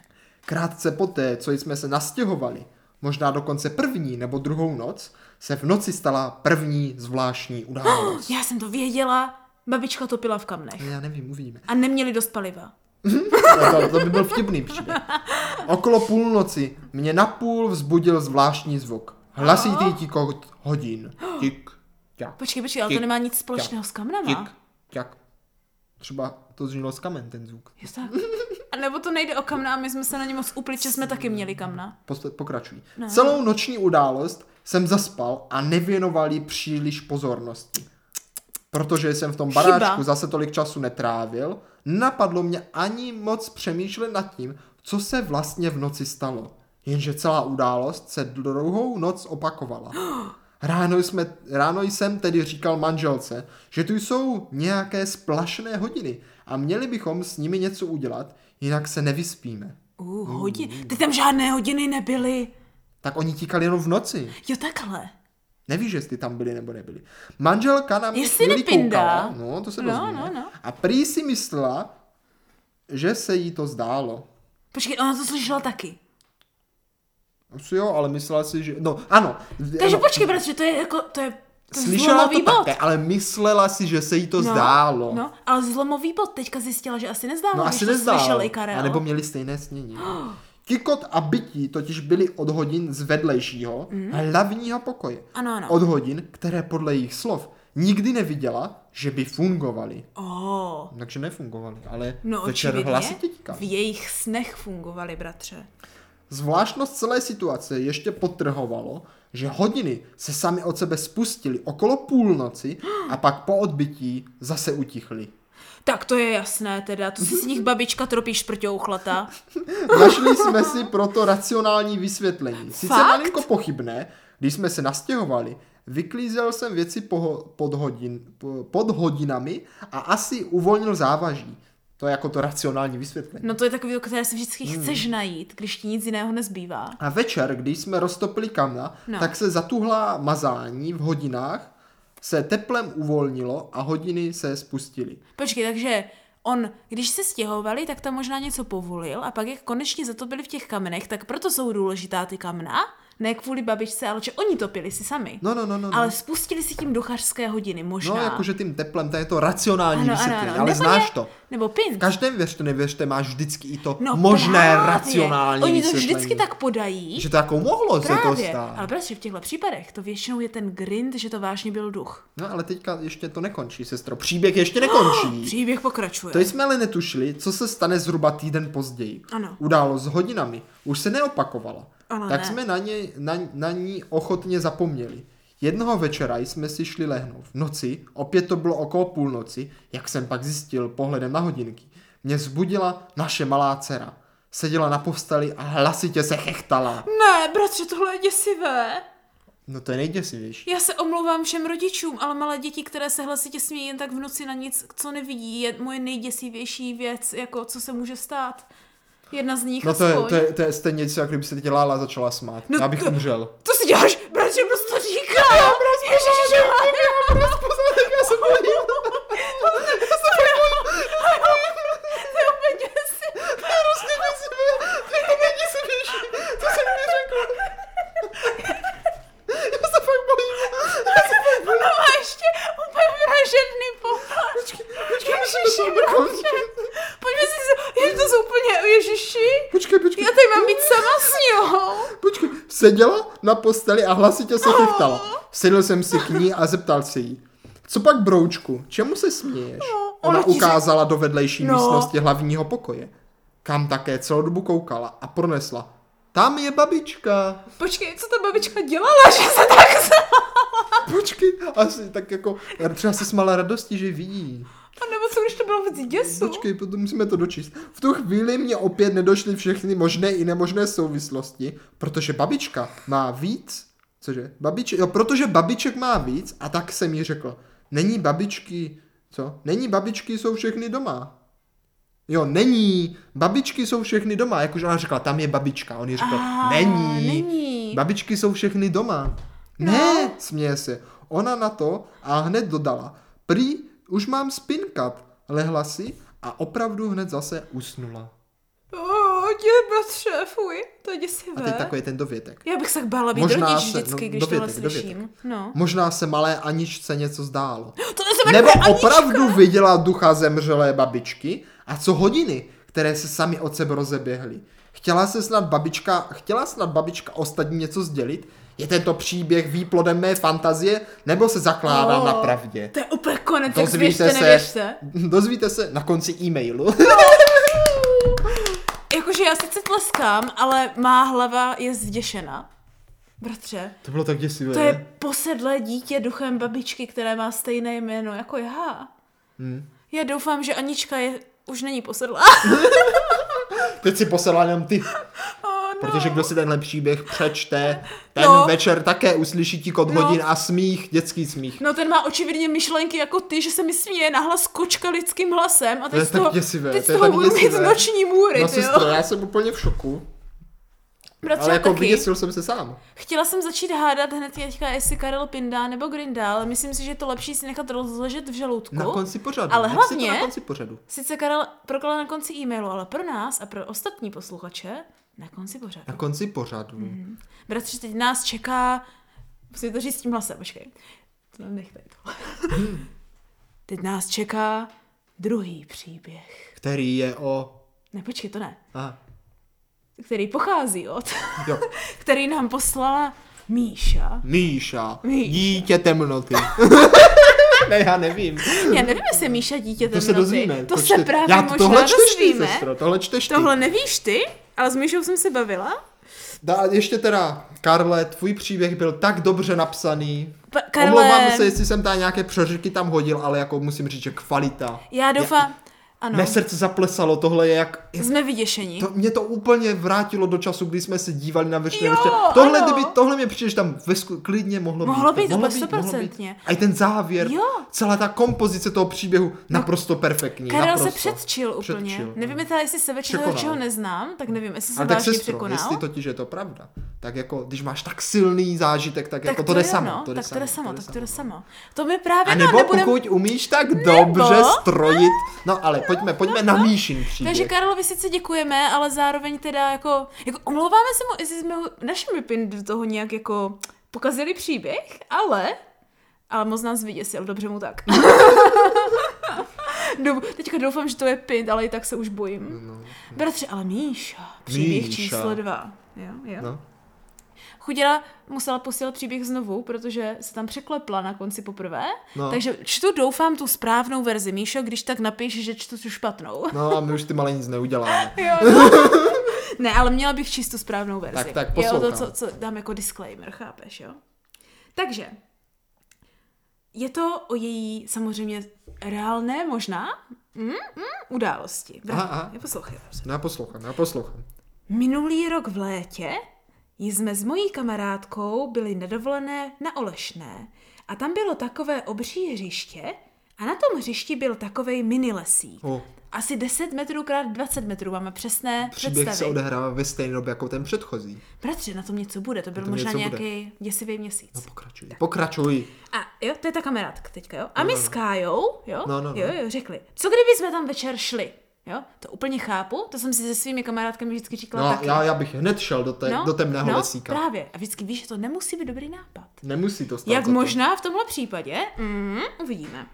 S1: Krátce poté, co jsme se nastěhovali, možná dokonce první nebo druhou noc, se v noci stala první zvláštní událost. <gasps>
S2: Já jsem to věděla. Babička topila v kamnech.
S1: Já nevím, uvidíme.
S2: A neměli dost paliva.
S1: To, to by byl vtipný příběh. Okolo půlnoci mě napůl vzbudil zvláštní zvuk. Hlasitý tikot hodin. Tik, tak,
S2: Počkej, počkej, ale
S1: Tik,
S2: to nemá nic společného s
S1: tik,
S2: kamnama.
S1: tak. Třeba to znělo z kamen ten zvuk.
S2: Je tak. A nebo to nejde o kamna a my jsme se na ně moc upli, že jsme taky měli kamna.
S1: Posto- Pokračují.
S2: No.
S1: Celou noční událost jsem zaspal a nevěnoval jí příliš pozornosti. Protože jsem v tom
S2: Chyba.
S1: baráčku zase tolik času netrávil, napadlo mě ani moc přemýšlet nad tím, co se vlastně v noci stalo. Jenže celá událost se druhou noc
S2: <gasps>
S1: opakovala. Ráno, jsme, ráno jsem tedy říkal manželce, že tu jsou nějaké splašné hodiny a měli bychom s nimi něco udělat, jinak se nevyspíme.
S2: Uh, hodin. Ty tam žádné hodiny nebyly.
S1: Tak oni tíkali jenom v noci.
S2: Jo, takhle.
S1: Nevíš, jestli tam byli nebo nebyli. Manželka na mě
S2: Jestli
S1: chvíli
S2: nepindá.
S1: koukala, no, to se
S2: No,
S1: dozvíme.
S2: no, no.
S1: A prý si myslela, že se jí to zdálo.
S2: Počkej, ona to slyšela taky.
S1: Asi jo, ale myslela si, že... No, ano.
S2: Takže
S1: ano.
S2: počkej, protože to je jako, to je to je
S1: Slyšela to
S2: zlomový bod.
S1: také, ale myslela si, že se jí to zdálo.
S2: No, ale zlomový bod teďka zjistila, že asi nezdálo,
S1: No
S2: když
S1: asi
S2: to slyšel
S1: nezdál.
S2: i Karel.
S1: A nebo měli stejné
S2: <gasps>
S1: snění. Tikot a bytí totiž byly od hodin z vedlejšího hlavního pokoje.
S2: Mhm. Ano, ano.
S1: Od hodin, které podle jejich slov nikdy neviděla, že by fungovaly.
S2: Oh.
S1: Takže nefungovaly, ale
S2: No
S1: večer
S2: očividně
S1: hlasitě tíkali.
S2: v jejich snech fungovaly, bratře.
S1: Zvláštnost celé situace ještě potrhovalo, že hodiny se sami od sebe spustily okolo půlnoci a pak po odbytí zase
S2: <laughs>
S1: utichly.
S2: Tak to je jasné teda, to si z nich babička tropí šprťou chlata.
S1: Našli jsme si proto racionální vysvětlení. Sice
S2: Fakt?
S1: malinko pochybné, když jsme se nastěhovali, vyklízel jsem věci po, pod, hodin, po- pod hodinami a asi uvolnil závaží. To je jako to racionální vysvětlení.
S2: No to je takový, které si vždycky
S1: Hmm.
S2: chceš najít, když ti nic jiného nezbývá.
S1: A večer, když jsme roztopili kamna,
S2: No.
S1: no. tak se zatuhlá mazání v hodinách se teplem uvolnilo a hodiny se spustily.
S2: Počkej, takže on, když se stěhovali, tak tam možná něco povolil a pak jak konečně zatopili v těch kamenech, tak proto jsou důležitá ty kamna, ne kvůli babičce, ale že oni topili si sami.
S1: No, no, no, no. no.
S2: Ale spustili si tím duchařské hodiny, možná.
S1: No, jakože tím teplem, to je to racionální
S2: Ano, ano,
S1: vysvětlení,
S2: ano.
S1: ale
S2: Nebo
S1: znáš
S2: je-
S1: to.
S2: Nebo pin.
S1: V každém věřte, nevěřte, máš vždycky i to no, možné
S2: právě.
S1: racionální
S2: Oni to
S1: vysvětlení.
S2: vždycky tak podají.
S1: Že to jako mohlo se to
S2: právě.
S1: stát.
S2: ale prostě v těchto případech to většinou je ten grind, že to vážně byl duch.
S1: No ale teďka ještě to nekončí, sestro. Příběh ještě nekončí.
S2: Příběh pokračuje.
S1: To jsme ale netušili, co se stane zhruba týden později.
S2: Ano.
S1: Událo s hodinami. Už se neopakovala.
S2: Ale
S1: tak
S2: ne.
S1: jsme na, ně, na, na ní ochotně zapomněli. Jednoho večera jsme si šli lehnout. V noci, opět to bylo okolo půlnoci, jak jsem pak zjistil pohledem na hodinky, mě zbudila naše malá dcera. Seděla na posteli a hlasitě se chechtala.
S2: Ne, bratře, tohle je děsivé.
S1: No to je nejděsivější.
S2: Já se omlouvám všem rodičům, ale malé děti, které se hlasitě smějí jen tak v noci na nic, co nevidí, je moje nejděsivější věc, jako co se může stát. Jedna z nich
S1: No to je,
S2: aspoň.
S1: to, je, to je stejně něco, jak kdyby se dělala a začala smát. No
S2: No
S1: Já bych
S2: to-
S1: to... umřel.
S2: To si děláš, bratře, proč to říkám? <laughs> Já
S1: <laughs> Já jsem byl
S2: To je úplně děsivé.
S1: Prostě jako hrozně děsivé. To je to nejděsivější, co jsem mi řekl. Seděla na posteli a hlasitě se chechtala. Sedl jsem si k ní a zeptal se jí. Co pak broučku, čemu se směješ?
S2: No, ona
S1: Ona
S2: ti řek-
S1: ukázala do vedlejší
S2: No.
S1: místnosti hlavního pokoje, kam také celou dobu koukala a pronesla. Tam je babička.
S2: Počkej, co ta babička dělala, že se tak zala?
S1: Počkej, asi tak jako, třeba se smala radosti, že vidí.
S2: Nebo co, když to bylo v děsu?
S1: Počkej, potom musíme to dočíst. V tu chvíli mě opět nedošly všechny možné i nemožné souvislosti, protože babička má víc. Cože? Babiček, jo, protože babiček má víc a tak jsem jí řekl. Není babičky, co? Není babičky, jsou všechny doma. Jo, není. Babičky jsou všechny doma. Jak už ona řekla, tam je babička. On jí řekl,
S2: Ah,
S1: není.
S2: není.
S1: Babičky jsou všechny doma. Ne, směje se. Ona na to a hned dodala. Prý, už mám spinkat. Lehla si a opravdu hned zase usnula.
S2: O, dělej bratře, fuj, to je
S1: A
S2: děsivé.
S1: teď takový ten dovětek.
S2: Já bych se bála být
S1: Možná
S2: rodič
S1: se-
S2: vždycky,
S1: no,
S2: když
S1: dovětek,
S2: tohle
S1: dovětek.
S2: slyším. No.
S1: Možná se malé Aničce něco zdálo.
S2: To se
S1: Nebo opravdu viděla ducha zemřelé babičky a co hodiny, které se sami od sebe rozeběhly. Chtěla se snad babička, chtěla snad babička ostatní něco sdělit? Je tento příběh výplodem mé fantazie, nebo se zakládá na pravdě?
S2: To je úplně konec, jak
S1: Dozvíte
S2: zvěřte, <laughs> nevěřte.
S1: dozvíte se na konci e-mailu.
S2: Jakože já sice tleskám, ale má hlava je zděšena. Bratře,
S1: <laughs> To bylo tak děsivé.
S2: to je posedlé dítě duchem babičky, které má stejné jméno jako já.
S1: Hmm.
S2: Já doufám, že Anička je, už
S1: <laughs>
S2: není posedlá.
S1: Teď si posílá jenom ty,
S2: Oh, no.
S1: protože kdo si tenhle příběh přečte, ten
S2: No.
S1: večer také uslyší ti kod
S2: No.
S1: hodin a smích, dětský smích.
S2: No ten má očividně myšlenky jako ty, že se mi směje nahlas kočka lidským hlasem a
S1: To je
S2: teď z toho,
S1: tak děsivé,
S2: teď z
S1: to je
S2: toho
S1: tak
S2: budu mít
S1: děsivé.
S2: noční můry,
S1: No
S2: ty
S1: sestro,
S2: jo.
S1: já jsem úplně v šoku,
S2: Bratře,
S1: ale
S2: já
S1: jako
S2: taky.
S1: vyděsil jsem se sám.
S2: Chtěla jsem začít hádat hned teďka, jestli Karel Pindá nebo Grindá, ale myslím si, že je to lepší si nechat rozležet v žaludku.
S1: Na konci pořadu.
S2: Ale
S1: Nech si
S2: hlavně-
S1: To na konci pořadu.
S2: Sice Karel proklal na konci e-mailu, ale pro nás a pro ostatní posluchače na konci pořád.
S1: Na konci pořadu.
S2: Mhm.
S1: Mm-hmm.
S2: Bratře, teď nás čeká... Musím to říct s tím hlasem, počkej. To tam nechte.
S1: <laughs>
S2: Teď nás čeká druhý příběh.
S1: Který je o...
S2: Ne, počkej, to ne.
S1: A,
S2: Který pochází od... <laughs>
S1: jo.
S2: Který nám poslala Míša.
S1: Míša.
S2: Míša.
S1: Dítě
S2: <laughs>
S1: temnoty. ne, já nevím.
S2: Já nevím, jestli je Míša dítě
S1: To se
S2: temnoty.
S1: dozvíme.
S2: To
S1: Počkej,
S2: se právě
S1: já
S2: možná
S1: tohle čteš ty,
S2: dozvíme.
S1: sestro, tohle čteš ty.
S2: Tohle nevíš ty, ale s Míšou jsem se bavila.
S1: Da, a ještě teda, Karle, tvůj příběh byl tak dobře napsaný.
S2: Pa- Karle,
S1: Karle... Omlouvám se, jestli jsem tam nějaké přeřeky tam hodil, ale jako musím říct, že kvalita.
S2: já doufám... ano,
S1: No. Mé srdce zaplesalo, tohle je jak...
S2: jsme vyděšení.
S1: To, mě to úplně vrátilo do času, kdy jsme se dívali na večer.
S2: Jo,
S1: Tohle,
S2: ano.
S1: kdyby, tohle mě přijde, že tam ve sku, klidně mohlo,
S2: Mohlo
S1: být.
S2: být, úplně stoprocentně.
S1: A i ten závěr,
S2: Jo. No,
S1: celá ta kompozice toho příběhu, naprosto perfektní.
S2: Karel
S1: naprosto.
S2: se předčil úplně.
S1: Předčil,
S2: Nevím, teda, jestli se večer
S1: Překonal.
S2: čeho neznám, tak nevím, jestli se
S1: Ale tak
S2: vážně
S1: sestro,
S2: překonal.
S1: jestli totiž je to pravda, tak jako, když máš tak silný zážitek, tak,
S2: tak
S1: jako to jde
S2: jo,
S1: samo.
S2: no,
S1: To jde
S2: tak to jde samo, tak
S1: samo.
S2: to jde samo. To mi právě
S1: A
S2: no,
S1: nebo
S2: nebudem...
S1: pokud umíš tak dobře strojit, no ale pojďme, pojďme na Míšin příběh.
S2: Takže Karlovi sice děkujeme, ale zároveň teda jako, jako omlouváme se mu, jestli jsme ho našimi pin do toho nějak jako pokazili příběh, ale, ale moc nás vyděsil, dobře
S1: <laughs>
S2: mu tak. Dob- Teďka doufám, že to je pint, ale i tak se už bojím.
S1: No,
S2: Bratře, ale Míša, příběh
S1: Míša.
S2: číslo dva. Jo, jo.
S1: no.
S2: Chuděla musela posílat příběh znovu, protože se tam překlepla na konci poprvé.
S1: No.
S2: Takže čtu, doufám, tu správnou verzi, Míšo, když tak napiš, že čtu tu špatnou.
S1: no a my už ty malé nic neuděláme.
S2: Jo, no. ne, ale měla bych číst tu správnou verzi.
S1: Tak, tak,
S2: jo, to,
S1: poslouchám.
S2: co, co dám jako disclaimer, chápeš, jo? Takže, je to o její samozřejmě reálné možná mm, mm, události.
S1: Aha, aha.
S2: Neposlouchej, prosím.
S1: No já poslouchám, já poslouchám.
S2: Minulý rok v létě jsme s mojí kamarádkou byli nedovolené na Olešné a tam bylo takové obří hřiště a na tom hřišti byl takovej mini lesík.
S1: O,
S2: Asi 10 metrů krát 20 metrů, máme přesné
S1: příběh se
S2: představy.
S1: odehrává ve stejné době jako ten předchozí.
S2: Bratře, na tom něco bude, to byl
S1: Na tom
S2: možná
S1: něco bude.
S2: nějaký děsivý měsíc.
S1: No pokračuj, pokračuj.
S2: A jo, to je ta kamarádka teďka, jo? A my s Kájou, jo?
S1: No, no, no.
S2: jo, jo, řekli, co kdyby jsme tam večer šli? Jo, to úplně chápu, to jsem si se svými kamarádkami vždycky říkala
S1: No
S2: taky.
S1: já, já bych hned šel do, té, do temného
S2: no,
S1: lesíka.
S2: právě. A vždycky víš, že to nemusí být dobrý nápad.
S1: Nemusí to stát
S2: Jak
S1: za to.
S2: možná v tomhle případě? Mm, uvidíme. Mhm,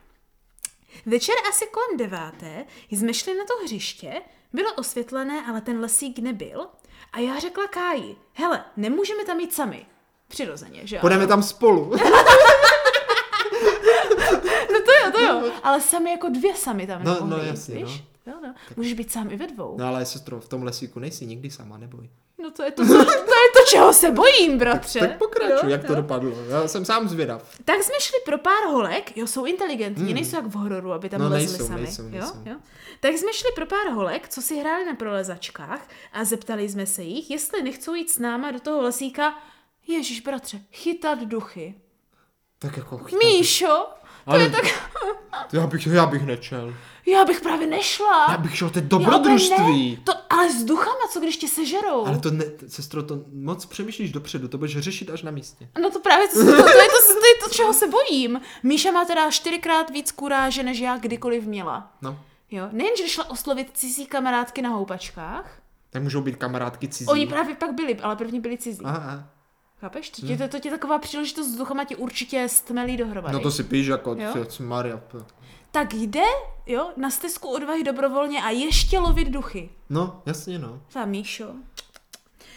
S2: Večer asi kolem deváté jsme šli na to hřiště, bylo osvětlené, ale ten lesík nebyl. A já řekla Káji, hele, nemůžeme tam jít sami. Přirozeně, že jo?
S1: Půjdeme tam spolu. <laughs>
S2: No to jo, to jo. Ale sami jako dvě sami tam
S1: No,
S2: nemohly
S1: no,
S2: jít,
S1: jasně,
S2: víš? Jo, no. Můžeš být sám i ve dvou.
S1: No ale sestro, v tom lesíku nejsi nikdy sama, neboj.
S2: No to je to, co, to, je to čeho se bojím, bratře.
S1: Tak pokračuj,
S2: Jo,
S1: jak to
S2: jo.
S1: dopadlo. Já jsem sám zvědav.
S2: Tak jsme šli pro pár holek, jo, jsou inteligentní, nejsou jak v hororu, aby tam
S1: Hmm. No,
S2: lezli
S1: nejsou,
S2: sami.
S1: nejsou, nejsou.
S2: Jo, jo. Tak jsme šli pro pár holek, co si hráli na prolezačkách a zeptali jsme se jich, jestli nechcou jít s náma do toho lesíka, Ježíš bratře, chytat duchy.
S1: Tak jako... chytá-
S2: Míšo, to
S1: Ale-
S2: je tak,
S1: Já bych, já bych nečel.
S2: já bych právě nešla.
S1: Já bych šel teď
S2: Já úplně
S1: dobrodružství.
S2: Ne, to, ale s duchama, co když tě sežerou?
S1: Ale to ne, sestro, to moc přemýšlíš dopředu, to budeš řešit až na místě.
S2: No to právě, to, to, to, je to, to je to, čeho se bojím. Míša má teda čtyřikrát víc kuráže, než já kdykoliv měla.
S1: No.
S2: Jo, nejenže šla oslovit cizí kamarádky na houpačkách,
S1: Tak můžou být kamarádky cizí.
S2: oni právě pak byli, ale první byli cizí.
S1: Aha, Hmm. aha.
S2: Chápeš? To, tě, to, to tě taková příležitost s duchama ti určitě stmelí dohromady.
S1: No to si píš jako,
S2: Jo?
S1: co Maria. p-
S2: Tak jde, jo, na stezku odvahy dobrovolně a ještě lovit duchy.
S1: No, jasně no.
S2: Ta Míšo.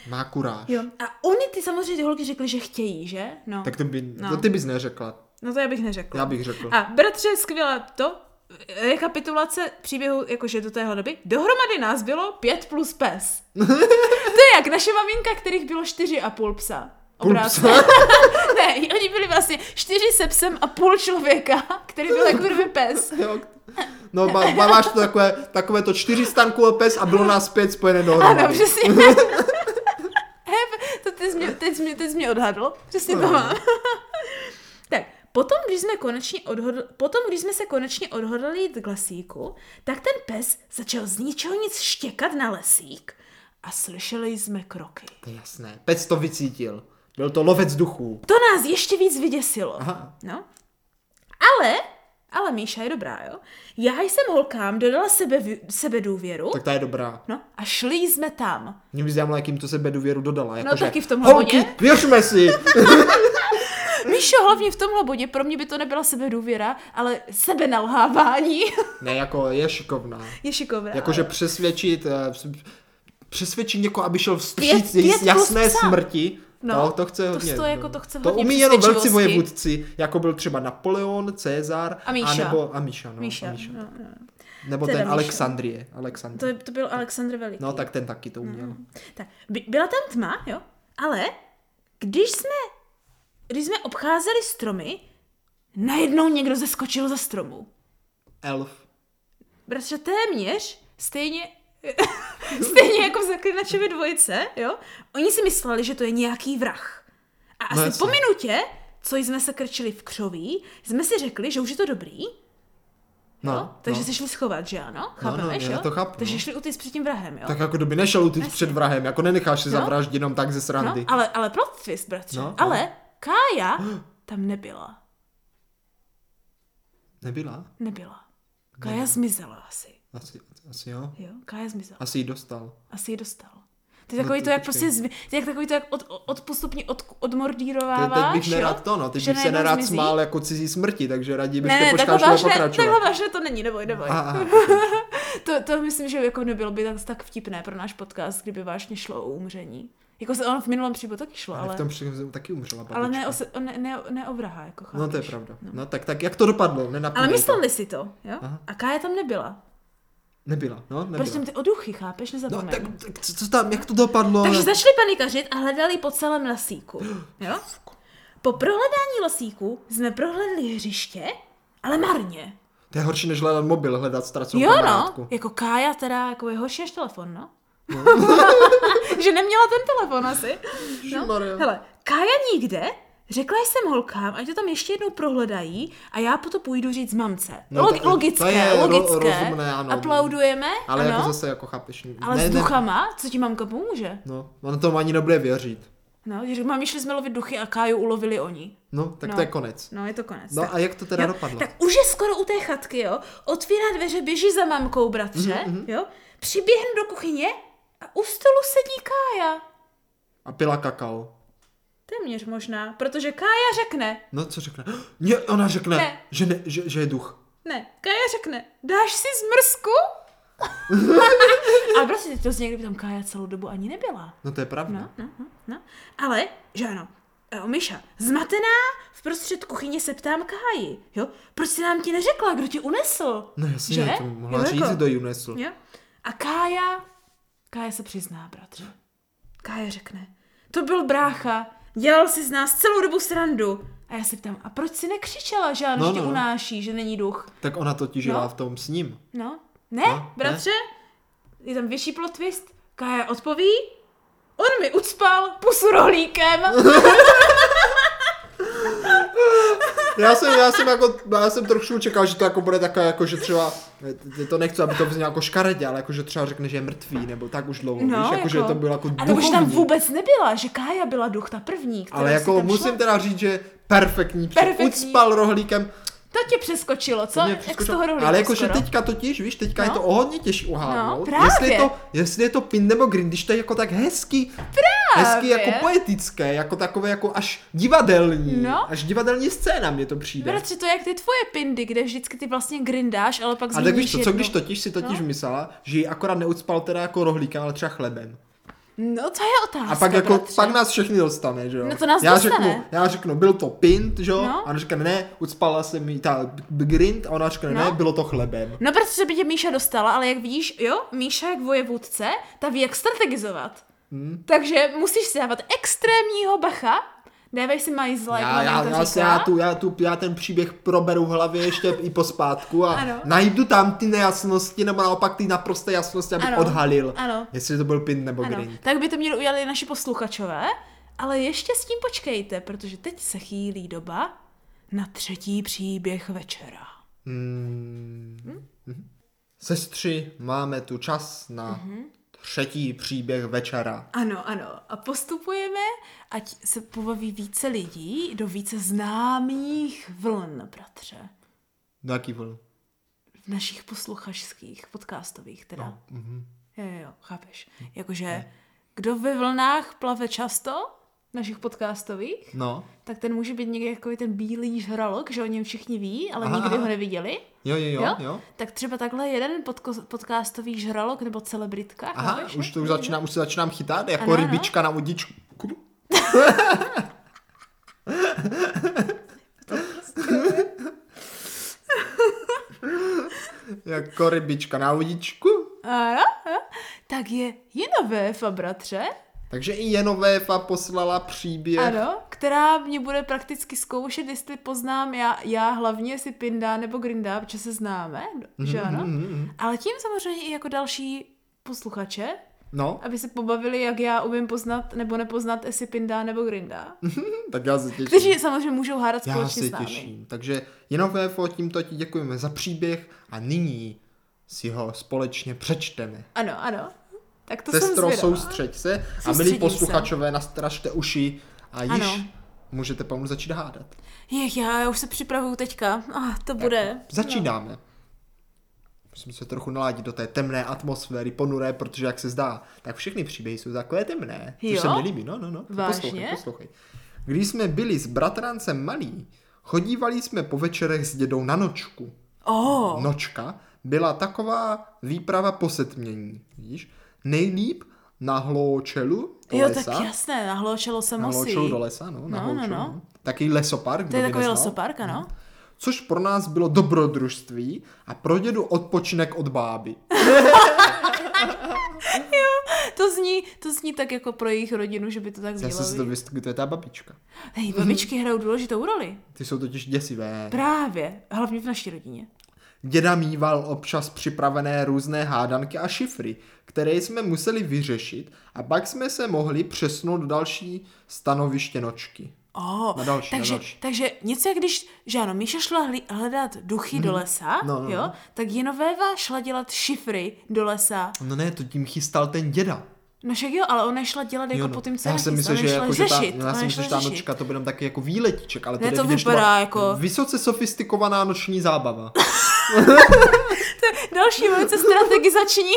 S1: Má kuráž.
S2: Jo. A oni ty samozřejmě ty holky řekly, že chtějí, že? No.
S1: Tak to, by,
S2: No.
S1: to ty bys neřekla.
S2: No to já bych neřekla.
S1: Já bych řekl.
S2: A bratře, skvělá to, eh, rekapitulace příběhu jakože do téhle doby. Dohromady nás bylo pět
S1: <laughs>
S2: plus pes. to je jak naše maminka, kterých bylo čtyři a půl psa.
S1: Půl
S2: Obráceně.
S1: psa.
S2: <laughs> ne, oni byli vlastně čtyři se psem a půl člověka,
S1: <laughs>
S2: který byl jako kdyby pes.
S1: <laughs> Jo. No, má, má, máš to takové, takové to čtyři stanků a pes a bylo nás pět spojené dohromady.
S2: Ano, přesně.
S1: <laughs>
S2: Hep, to teď jsi mě, teď jsi mě, teď jsi mě odhadl. Přesně to
S1: No.
S2: mám. <laughs> tak, potom, když jsme konečně odhodl, potom, když jsme se konečně odhodlali jít k lesíku, tak ten pes začal z ničeho nic štěkat na lesík a slyšeli jsme kroky.
S1: To je jasné. Pec to vycítil. Byl to lovec duchů.
S2: To nás ještě víc vyděsilo.
S1: Aha.
S2: No. Ale, ale Míša je dobrá, jo? Já jsem holkám dodala sebe, sebe důvěru.
S1: Tak ta je dobrá.
S2: No a šli jsme tam.
S1: Mě by zajímalo, jak jim to sebe důvěru dodala. Jako,
S2: No, taky v tomhle
S1: Holky,
S2: bodě."
S1: věřme si. <laughs>
S2: Míšo, hlavně v tomhle bodě, pro mě by to nebyla sebedůvěra, ale <laughs> sebenalhávání
S1: ne, jako je šikovná.
S2: je šikovné.
S1: Jakože přesvědčit, eh, přes- přesvědčit někoho, aby šel
S2: Pět-
S1: vstříc její
S2: pět
S1: jasné
S2: plus psa.
S1: smrti.
S2: No,
S1: No, to, to chce
S2: to
S1: hodně.
S2: to
S1: no.
S2: jako to chce
S1: to
S2: hodně
S1: umí jenom velcí
S2: přesvědčivosti.
S1: vojevůdci, jako byl třeba Napoleon, Cezar
S2: A Míša.
S1: nebo, a Míša, no,
S2: Míša,
S1: A Míša.
S2: no, no.
S1: Nebo
S2: Teda
S1: ten
S2: Míša.
S1: Alexandrie. Alexandrie.
S2: To, je, to byl Aleksandr Veliký.
S1: No, tak ten taky to uměl.
S2: Tak, by, byla tam tma, jo, ale když jsme, když jsme obcházeli stromy, najednou někdo zeskočil ze stromu.
S1: Elf.
S2: Bratře, téměř stejně, <laughs> stejně jako v zaklinačově dvojice, jo? Oni si mysleli, že to je nějaký vrah. A
S1: No
S2: asi
S1: jasně.
S2: po minutě, co jsme se krčili v křoví, jsme si řekli, že už je to dobrý,
S1: No,
S2: jo? takže
S1: no.
S2: se šli schovat, že ano? Chápeme,
S1: no,
S2: jo?
S1: já to chápu,
S2: Takže
S1: no.
S2: šli utíct před tím vrahem, jo?
S1: Tak jako kdyby nešel utíct před vrahem, jako nenecháš se
S2: No.
S1: zavraždit jenom tak ze
S2: no,
S1: srandy.
S2: ale, ale plot twist, bratře.
S1: No, no.
S2: ale
S1: <gasps>
S2: Kája tam nebyla.
S1: Nebyla?
S2: Nebyla. Kája zmizela asi.
S1: Asi, asi jo.
S2: Jo, Kája zmizela.
S1: Asi ji dostal.
S2: Asi ji dostal. Ty takový
S1: No, to
S2: to, jak
S1: počkej.
S2: prostě, zmi, ty jak takový to, jak od, od postupně od,
S1: Te,
S2: odmordírováváš,
S1: teď bych nerad
S2: jo?
S1: to, no, teď
S2: Že
S1: bych se
S2: najednou
S1: nerad
S2: zmizí.
S1: smál jako cizí smrti, takže raději bych
S2: Ne, ne,
S1: to
S2: takhle
S1: počkáš a
S2: vážné, takhle
S1: pokračovat.
S2: vážné to není, neboj, neboj.
S1: Aha, aha.
S2: To, to myslím, že jako nebylo by tak, tak vtipné pro náš podcast, kdyby vážně šlo o umření. Jako se ono v minulém příběhu taky šlo, ale,
S1: V tom příběhu taky umřela babička.
S2: ale ne, o, se- o ne, ne, ne o vraha, jako chápeš.
S1: No to je pravda. No tak, tak jak to dopadlo? Nenapadlo.
S2: Ale mysleli si to, jo?
S1: Aha.
S2: A Kája tam nebyla.
S1: Nebyla, no, nebyla.
S2: Proč tam ty oduchy, chápeš,
S1: No
S2: nezapomeň.
S1: tak, tak co, co tam, jak to dopadlo?
S2: Takže začali panikařit a hledali po celém lesíku. Jo? Po prohledání lesíku jsme prohledli hřiště, ale marně.
S1: To je horší, než hledat mobil, hledat ztracenou
S2: Jo
S1: kamarádku.
S2: no, jako Kája teda jako je horší než telefon, no. <laughs> že neměla ten telefon asi. No.
S1: Ježišmarja.
S2: Hele, Kája nikde, řekla jsem holkám, ať to tam ještě jednou prohledají a já potom půjdu říct mamce.
S1: No,
S2: Log-
S1: to-
S2: logické,
S1: to je ro-
S2: logické.
S1: rozumné, ano.
S2: Aplaudujeme,
S1: Ale
S2: ano.
S1: jako zase, jako chápeš.
S2: ale s duchama, co ti mamka pomůže?
S1: No, on tomu ani nebude věřit.
S2: No, že mami šli jsme lovit duchy a Káju ulovili oni.
S1: No, tak
S2: No.
S1: to je konec.
S2: No, je to konec.
S1: No
S2: tak.
S1: a jak to teda
S2: jo,
S1: dopadlo?
S2: Tak už je skoro u té chatky, jo. Otvírá dveře, běží za mamkou, bratře,
S1: Mhm,
S2: jo. Přiběhne do kuchyně a u stolu sedí Kája.
S1: A pila kakao.
S2: Téměř možná, protože Kája řekne.
S1: <gasps> No, co řekne? Ne, ona řekne,
S2: Ne.
S1: Že, ne, že, že je duch.
S2: Ne, Kaja řekne, dáš si zmrzku? a prostě teď to zní, kdyby tam Kaja celou dobu ani nebyla.
S1: No to je pravda.
S2: No, no, no, no. Ale, že ano, e, Miša, zmatená v prostřed kuchyně se ptám Káji, jo? Proč jsi nám ti neřekla, kdo tě unesl?
S1: No jasně,
S2: Že?
S1: to mohla
S2: Jo,
S1: říct,
S2: jako-
S1: kdo ji unesl.
S2: Jo? A Kája, Kája se přizná, bratře. Kája řekne, to byl brácha, dělal si z nás celou dobu srandu. A já se ptám, a proč si nekřičela, že ano,
S1: No,
S2: že tě
S1: no.
S2: unáší, že není duch?
S1: Tak ona totiž žila
S2: No.
S1: v tom s ním.
S2: No, ne,
S1: No,
S2: bratře, je tam větší plot twist. Kája odpoví, on mi ucpal
S1: <laughs>
S2: pusu rohlíkem.
S1: Já jsem, já jsem, jako, já jsem trošku čekal, že to jako bude takové, jako, že třeba, to nechci, aby to vznělo jako škaredě, ale jako, že třeba řekne, že je mrtvý, nebo tak už dlouho, víš, jako, že to bylo jako
S2: No, A nebo že tam
S1: duchovní.
S2: vůbec nebyla, že Kája byla duch, ta první, která
S1: Ale
S2: si
S1: jako
S2: tam
S1: musím
S2: šla.
S1: teda říct, že perfektní,
S2: Perfektní.
S1: perfektní. ucpal rohlíkem.
S2: To tě přeskočilo, co?
S1: mě
S2: Jak z
S1: přeskočilo.
S2: toho rohlíka
S1: ale jako, jakože
S2: skoro?
S1: teďka totiž, víš, teďka
S2: No.
S1: je to o hodně těžší uhádnout.
S2: No, právě.
S1: jestli, je to, jestli je to pin nebo green, když to je jako tak hezký, hezký jako poetické, jako takové jako až divadelní,
S2: No.
S1: až divadelní scéna mně to přijde.
S2: Bratře, to je jak ty tvoje pindy, kde vždycky ty vlastně grindáš, ale pak
S1: A tak
S2: změníš
S1: víš to, co
S2: jednu.
S1: když totiž si totiž
S2: No.
S1: no. myslela, že ji akorát neucpal teda jako rohlíka, ale třeba chlebem.
S2: No to je otázka,
S1: A pak, jako,
S2: bratře.
S1: pak nás všechny dostane, že jo?
S2: No to nás
S1: já
S2: dostane.
S1: Řeknu, já řeknu, byl to pint, že jo?
S2: No.
S1: A ona řekne, ne, ucpala se mi ta b- b- grind, a ona řekne,
S2: No.
S1: ne, bylo to chlebem.
S2: No protože by tě Míša dostala, ale jak vidíš, jo, Míša jak vojevůdce, ta ví jak strategizovat. Hmm. Takže musíš si dávat extrémního bacha, dávej si majzle, jak
S1: Já, já,
S2: maminka
S1: já,
S2: říká.
S1: se- já, tu, já, tu, já ten příběh proberu v hlavě ještě i pospátku a
S2: Ano.
S1: najdu tam ty nejasnosti, nebo naopak ty naprosté jasnosti, abych
S2: Ano.
S1: odhalil,
S2: Ano.
S1: jestli to byl pint nebo
S2: Ano,
S1: grind.
S2: tak by to měli udělali naši posluchačové, ale ještě s tím počkejte, protože teď se chýlí doba na třetí příběh večera.
S1: Sestři, máme tu čas na
S2: Mhm.
S1: třetí příběh večera.
S2: Ano, ano. A postupujeme, ať se pobaví více lidí do více známých vln, bratře.
S1: Do jaký vln?
S2: V našich posluchačských, podcastových teda. No,
S1: mhm.
S2: jo, jo, jo, chápeš. Jakože, kdo ve vlnách plave často, našich podcastových,
S1: No,
S2: tak ten může být někde jako ten bílý žralok, že o něm všichni ví, ale
S1: Aha,
S2: nikdy
S1: aha.
S2: ho neviděli.
S1: jo, jo, jo, jo.
S2: Tak třeba takhle jeden podko- podcastový žralok nebo celebritka.
S1: Aha,
S2: chápeš,
S1: už
S2: ne?
S1: to už začínám, už se začínám chytat, jako
S2: No, Ano,
S1: ano,
S2: ano.
S1: rybička na udičku.
S2: <laughs>
S1: jako rybička na udičku.
S2: Ano, ano. Tak je jinové, bratře.
S1: Takže i Jenovéfa poslala příběh.
S2: Ano, která mě bude prakticky zkoušet, jestli poznám já, já hlavně, jestli Pinda nebo Grinda, protože se známe,
S1: Mhm,
S2: že ano? Ale tím samozřejmě i jako další posluchače,
S1: No,
S2: aby se pobavili, jak já umím poznat nebo nepoznat, jestli Pinda nebo Grinda.
S1: tak já se těším.
S2: Kteří samozřejmě můžou hádat
S1: Mhm. já
S2: společně
S1: se
S2: s námi.
S1: těším. Takže Jenovéfo, tímto ti děkujeme za příběh a nyní si ho společně přečteme.
S2: Ano, ano. Tak to jsem
S1: Sestro,
S2: zvědavá.
S1: soustřeď se a
S2: Soustředím
S1: milí posluchačové, nastražte uši a již
S2: Ano.
S1: můžete pomalu začít hádat.
S2: Jech, já, já už se připravuju teďka. Ah, to bude.
S1: Začínáme. Musím se trochu naladit do té temné atmosféry, ponuré, protože jak se zdá, tak všechny příběhy jsou takové temné. Což
S2: Jo?
S1: se mi líbí, no, no, no.
S2: Vážně?
S1: Poslouchej, poslouchej. Když jsme byli s bratrancem malí, chodívali jsme po večerech s dědou na nočku.
S2: Oh.
S1: Nočka byla taková výprava po setmění, vidíš? Nejlíp na hloučelu do
S2: Jo,
S1: lesa.
S2: tak jasné, nahloučelo se
S1: Na
S2: mosí.
S1: hloučelu do lesa, no. Na
S2: No, no,
S1: hloučelu,
S2: no.
S1: Taky lesopark,
S2: To
S1: kdo
S2: je
S1: by
S2: takový
S1: neznal. Mhm.
S2: lesopark, ano.
S1: Což pro nás bylo dobrodružství a pro dědu odpočinek od
S2: <laughs>
S1: báby.
S2: To zní, to zní tak jako pro jejich rodinu, že by to tak
S1: Já
S2: mělo
S1: jsem si to
S2: být.
S1: vysvětlil, to je ta babička.
S2: Hej, babičky hrajou důležitou roli.
S1: Ty jsou totiž děsivé.
S2: Právě, hlavně v naší rodině.
S1: Děda mýval občas připravené různé hádanky a šifry, které jsme museli vyřešit a pak jsme se mohli přesunout do další stanoviště nočky.
S2: Oh,
S1: Na další, na
S2: takže,
S1: další. takže
S2: takže něco jak když, že ano, Míša šla hli- hledat duchy do lesa,
S1: No, no,
S2: jo,
S1: no.
S2: tak Jenovéva šla dělat šifry do lesa.
S1: No ne, to tím chystal ten děda.
S2: No však jo, ale ona šla dělat jako
S1: Jo,
S2: po
S1: no.
S2: tom, co
S1: já jsem myslel, že, jako, že, ta,
S2: řešit.
S1: já
S2: ona
S1: jsem myslel,
S2: šla
S1: že ta
S2: řešit.
S1: nočka to bude jenom taky jako výletíček, ale
S2: Ne,
S1: jde
S2: to
S1: vidět, že
S2: vypadá
S1: byla
S2: jako-
S1: Vysoce sofistikovaná noční
S2: <laughs>
S1: zábava.
S2: Další velice strategizační.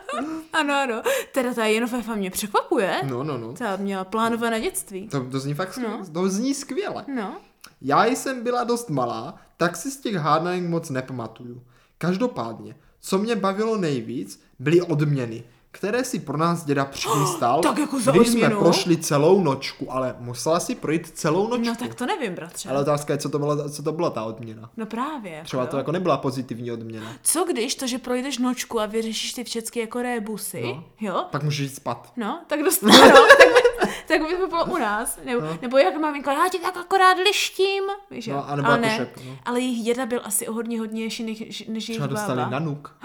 S2: <laughs> ano, ano. Teda ta Jenofefa mě překvapuje.
S1: No, no, no.
S2: Ta měla plánované dětství.
S1: To, to zní fakt skvěle. No. To zní skvěle.
S2: No.
S1: Já jsem byla dost malá, tak si z těch hádanek moc nepamatuju. Každopádně, co mě bavilo nejvíc, byly odměny, které si pro nás děda
S2: <gasps>
S1: přichystal,
S2: tak jako za
S1: když jsme
S2: odměnu?
S1: prošli celou nočku, ale musela si projít celou nočku.
S2: No tak to nevím, bratře.
S1: Ale otázka je, co to, byla, co to byla ta odměna.
S2: No právě.
S1: Třeba
S2: jo.
S1: to jako nebyla pozitivní odměna.
S2: Co když to, že projdeš nočku a vyřešíš ty všechny jako rébusy,
S1: No.
S2: no. jo?
S1: Pak můžeš jít spát.
S2: No,
S1: <laughs>
S2: tak dostanu, no, tak, by, tak by to bylo u nás. Nebo,
S1: No.
S2: no. nebo jak maminka, já tě tak akorát lištím, víš jo?
S1: No, anebo
S2: Ale
S1: jako
S2: ne.
S1: šep, no.
S2: Ale jejich děda byl asi o hodně hodnější než, než jejich
S1: Třeba dostali
S2: bába. No,
S1: na nuk.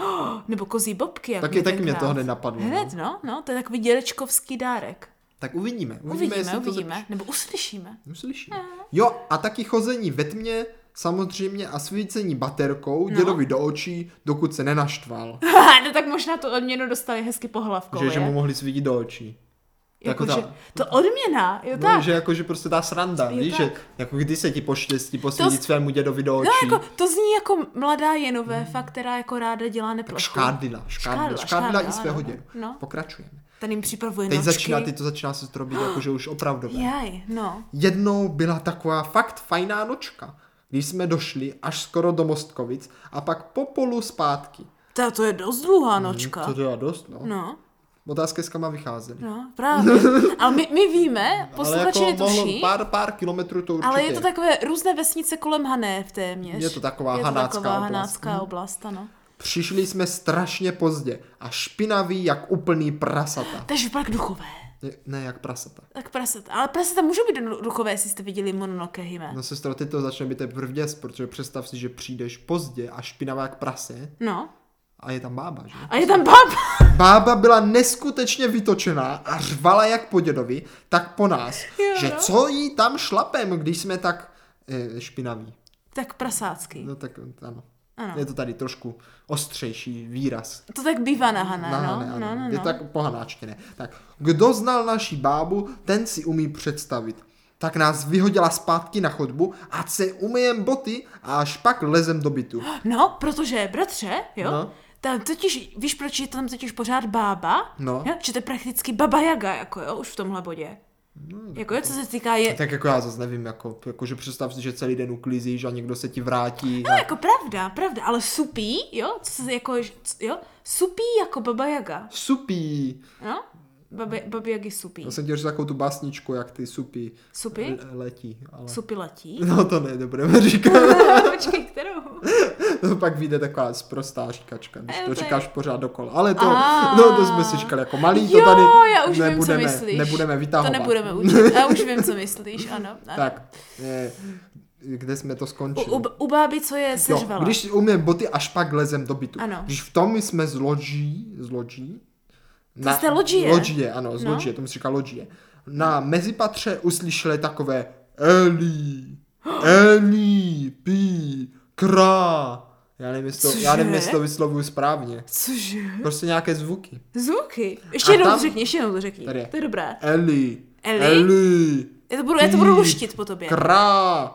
S2: Nebo kozí bobky. Jak
S1: Taky, taky mě
S2: tenkrát.
S1: to hned napadlo. No.
S2: Hned, no, no, to je takový dědečkovský dárek.
S1: Tak uvidíme.
S2: Uvidíme,
S1: jestli
S2: uvidíme,
S1: to
S2: uvidíme nebo uslyšíme. <laughs>
S1: Uslyšíme. Jo, a taky chození ve tmě, samozřejmě a svícení baterkou
S2: No.
S1: dědovi do očí, dokud se nenaštval.
S2: no tak možná tu odměnu dostali hezky po hlavkou,
S1: Že, že
S2: Jako je?
S1: mu mohli svítit do očí.
S2: jako,
S1: jako
S2: že,
S1: ta-
S2: to odměna, jo
S1: No,
S2: tak.
S1: že jako, že prostě ta sranda,
S2: Je
S1: víš,
S2: tak.
S1: že jako kdy se ti poštěstí posvítit
S2: s-
S1: svému dědovi do očí. Hmm.
S2: No jako, to zní jako mladá jenové mm. fakt, která jako ráda dělá neplochu.
S1: Škádlila, škádlila,
S2: Škádlila,
S1: škádlila i
S2: škádlila,
S1: svého
S2: ano.
S1: dědu.
S2: No.
S1: Pokračujeme.
S2: Ten jim připravuje
S1: Teď
S2: nočky.
S1: začíná, teď to začíná se zrobit, jako že už opravdové.
S2: Jaj, no.
S1: Jednou byla taková fakt fajná nočka, když jsme došli až skoro do Mostkovic a pak po polu zpátky.
S2: Ta, to je dost dlouhá nočka.
S1: Hmm, To teda dost, no. no.
S2: No,
S1: Otázka je, s kam vycházeli.
S2: no, právě. Ale my, my víme, posluchači
S1: ale jako
S2: netuší,
S1: mohlo pár, pár kilometrů to určitě.
S2: ale je to takové různé vesnice kolem Hané v téměř.
S1: Je to taková
S2: je to
S1: hanácká
S2: taková
S1: oblast. Hmm.
S2: hanácká oblast, ano.
S1: Přišli jsme strašně pozdě a špinaví jak úplný prasata.
S2: Takže pak duchové.
S1: Je- Ne, jak prasata.
S2: Tak prasata. Ale prasata můžou být du- duchové, jestli jste viděli Mononokehime.
S1: No sestro, ty to začne být teprve děs, protože představ si, že přijdeš pozdě a špinavá jak prase
S2: No.
S1: a je tam bába, že?
S2: A je tam baba.
S1: Bába byla neskutečně vytočená a řvala jak po dědovi, tak po nás,
S2: Jo,
S1: že
S2: no.
S1: co jí tam šlapem, když jsme tak eh, špinaví.
S2: <laughs> Tak prasácký.
S1: No tak ano.
S2: Ano.
S1: Je to tady trošku ostřejší výraz.
S2: To tak bývá na Hané,
S1: Na
S2: no.
S1: Hané, ano.
S2: no, no,
S1: Je
S2: no.
S1: tak pohanáčtěné. Tak, kdo znal naší bábu, ten si umí představit. Tak nás vyhodila zpátky na chodbu, ať se umejem boty a až pak lezem do
S2: <gasps>
S1: bytu.
S2: No, protože, bratře,
S1: No.
S2: jo, no. tam totiž, víš, proč je tam totiž pořád bába?
S1: No.
S2: Jo, že to je prakticky baba jaga, jako jo, už v tomhle bodě.
S1: No,
S2: jako jo, co se týká je...
S1: Tak jako já zase nevím, jako, jako že představ si, že celý den uklízíš a někdo se ti
S2: <gasps>
S1: vrátí.
S2: No,
S1: a...
S2: jako pravda, pravda, ale supí, jo, co se jako, co- jo, supí jako baba jaga,
S1: Supí.
S2: no, babi, babi jagy supí.
S1: Já No jsem ti řekl takovou tu basničku, jak ty supí
S2: Supy?
S1: l- letí. Ale...
S2: Supy letí.
S1: <laughs>
S2: <laughs>
S1: No to ne, nebudeme říkat.
S2: Počkej, kterou?
S1: No, pak vyjde taková sprostá říkačka, když
S2: Eh,
S1: to
S2: to je-
S1: říkáš pořád dokola. Ale to,
S2: Ah.
S1: no to jsme si říkali jako malý, to
S2: jo,
S1: tady
S2: já už
S1: nebudeme,
S2: vím, co myslíš.
S1: nebudeme vytahovat.
S2: To nebudeme učit, já už vím, co myslíš,
S1: <laughs>
S2: ano. ano.
S1: Tak, eh, kde jsme to skončili?
S2: U, u báby, co je
S1: jo,
S2: seřvala.
S1: No, když si umím boty, až pak lezem do bytu.
S2: Ano.
S1: Když v tom jsme z loží, z loží, na,
S2: z té loďie.
S1: Loďie, ano, z
S2: No.
S1: loďie, tomu se říká loďie. Na mezipatře uslyšeli takové
S2: <gasps>
S1: Eli, Eli, Pí, Krá. Já nevím, jestli to, já nevím,
S2: Cože?
S1: jestli to vyslovuju správně.
S2: Cože?
S1: Prostě nějaké zvuky.
S2: Zvuky.
S1: A
S2: Ještě jednou
S1: tam-
S2: to řekni, ještě jednou to řekni.
S1: Tady je.
S2: To je dobré.
S1: Eli,
S2: Eli?
S1: Eli
S2: Já to budu, já to budu luštit po tobě.
S1: Krá.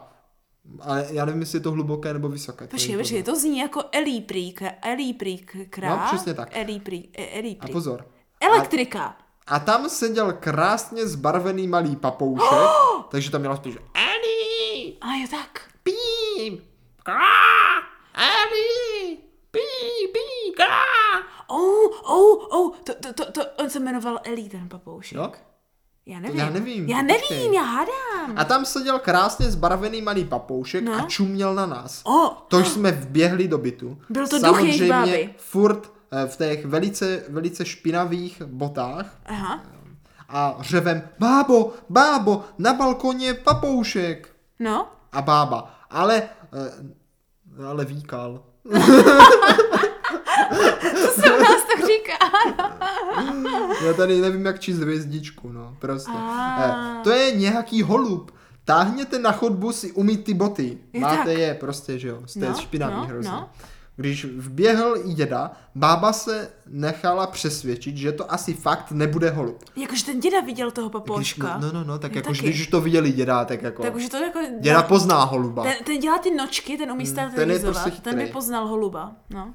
S1: Ale já nevím, jestli je to hluboké nebo vysoké. to
S2: Počkej,
S1: není
S2: počkej,
S1: poznat.
S2: to zní jako elíprík, elíprík, krá.
S1: No, přesně tak.
S2: Elíprík, e-
S1: A
S2: elíprík.
S1: pozor.
S2: Elektrika.
S1: A tam seděl krásně zbarvený malý papoušek,
S2: <gasps>
S1: takže tam měla spíš Eli.
S2: A je tak.
S1: Pím! Krá! Eli! Pí, pí, krá!
S2: Ou, ou, ou, to, to, to, to, on se jmenoval Elí, ten papoušek.
S1: Jo?
S2: Já nevím.
S1: No, já nevím,
S2: Já
S1: počkej.
S2: nevím, já hádám.
S1: A tam seděl krásně zbarvený malý papoušek no.
S2: No.
S1: a čuměl na nás.
S2: O,
S1: Tož jsme vběhli do bytu.
S2: Byl to duch
S1: Samozřejmě
S2: jejich báby.
S1: furt eh, v těch velice, velice špinavých botách
S2: aha,
S1: a řevem Bábo, bábo, na balkoně je papoušek.
S2: no.
S1: A bába. Ale, eh, ale
S2: <laughs>
S1: víkal.
S2: To se u nás tak říká.
S1: Já tady nevím, jak číst hvězdičku, no, prostě.
S2: A.
S1: Eh, to je nějaký holub. Táhněte na chodbu si umít ty boty.
S2: Je
S1: Máte
S2: tak.
S1: je prostě, že jo, jste
S2: No,
S1: špinavý
S2: no,
S1: hrozně.
S2: no.
S1: Když vběhl i děda, bába se nechala přesvědčit, že to asi fakt nebude holub.
S2: Jakože ten děda viděl toho
S1: Když,
S2: papouška.
S1: no, no, no, no, tak
S2: Já
S1: jako,
S2: taky.
S1: když už to viděli děda, tak jako,
S2: Tak už to jako...
S1: děda pozná holuba.
S2: Ten, ten dělá ty nočky, ten umí
S1: ten
S2: stát
S1: je
S2: realizovat.
S1: prostě
S2: ten by
S1: chytrý.
S2: poznal holuba, no.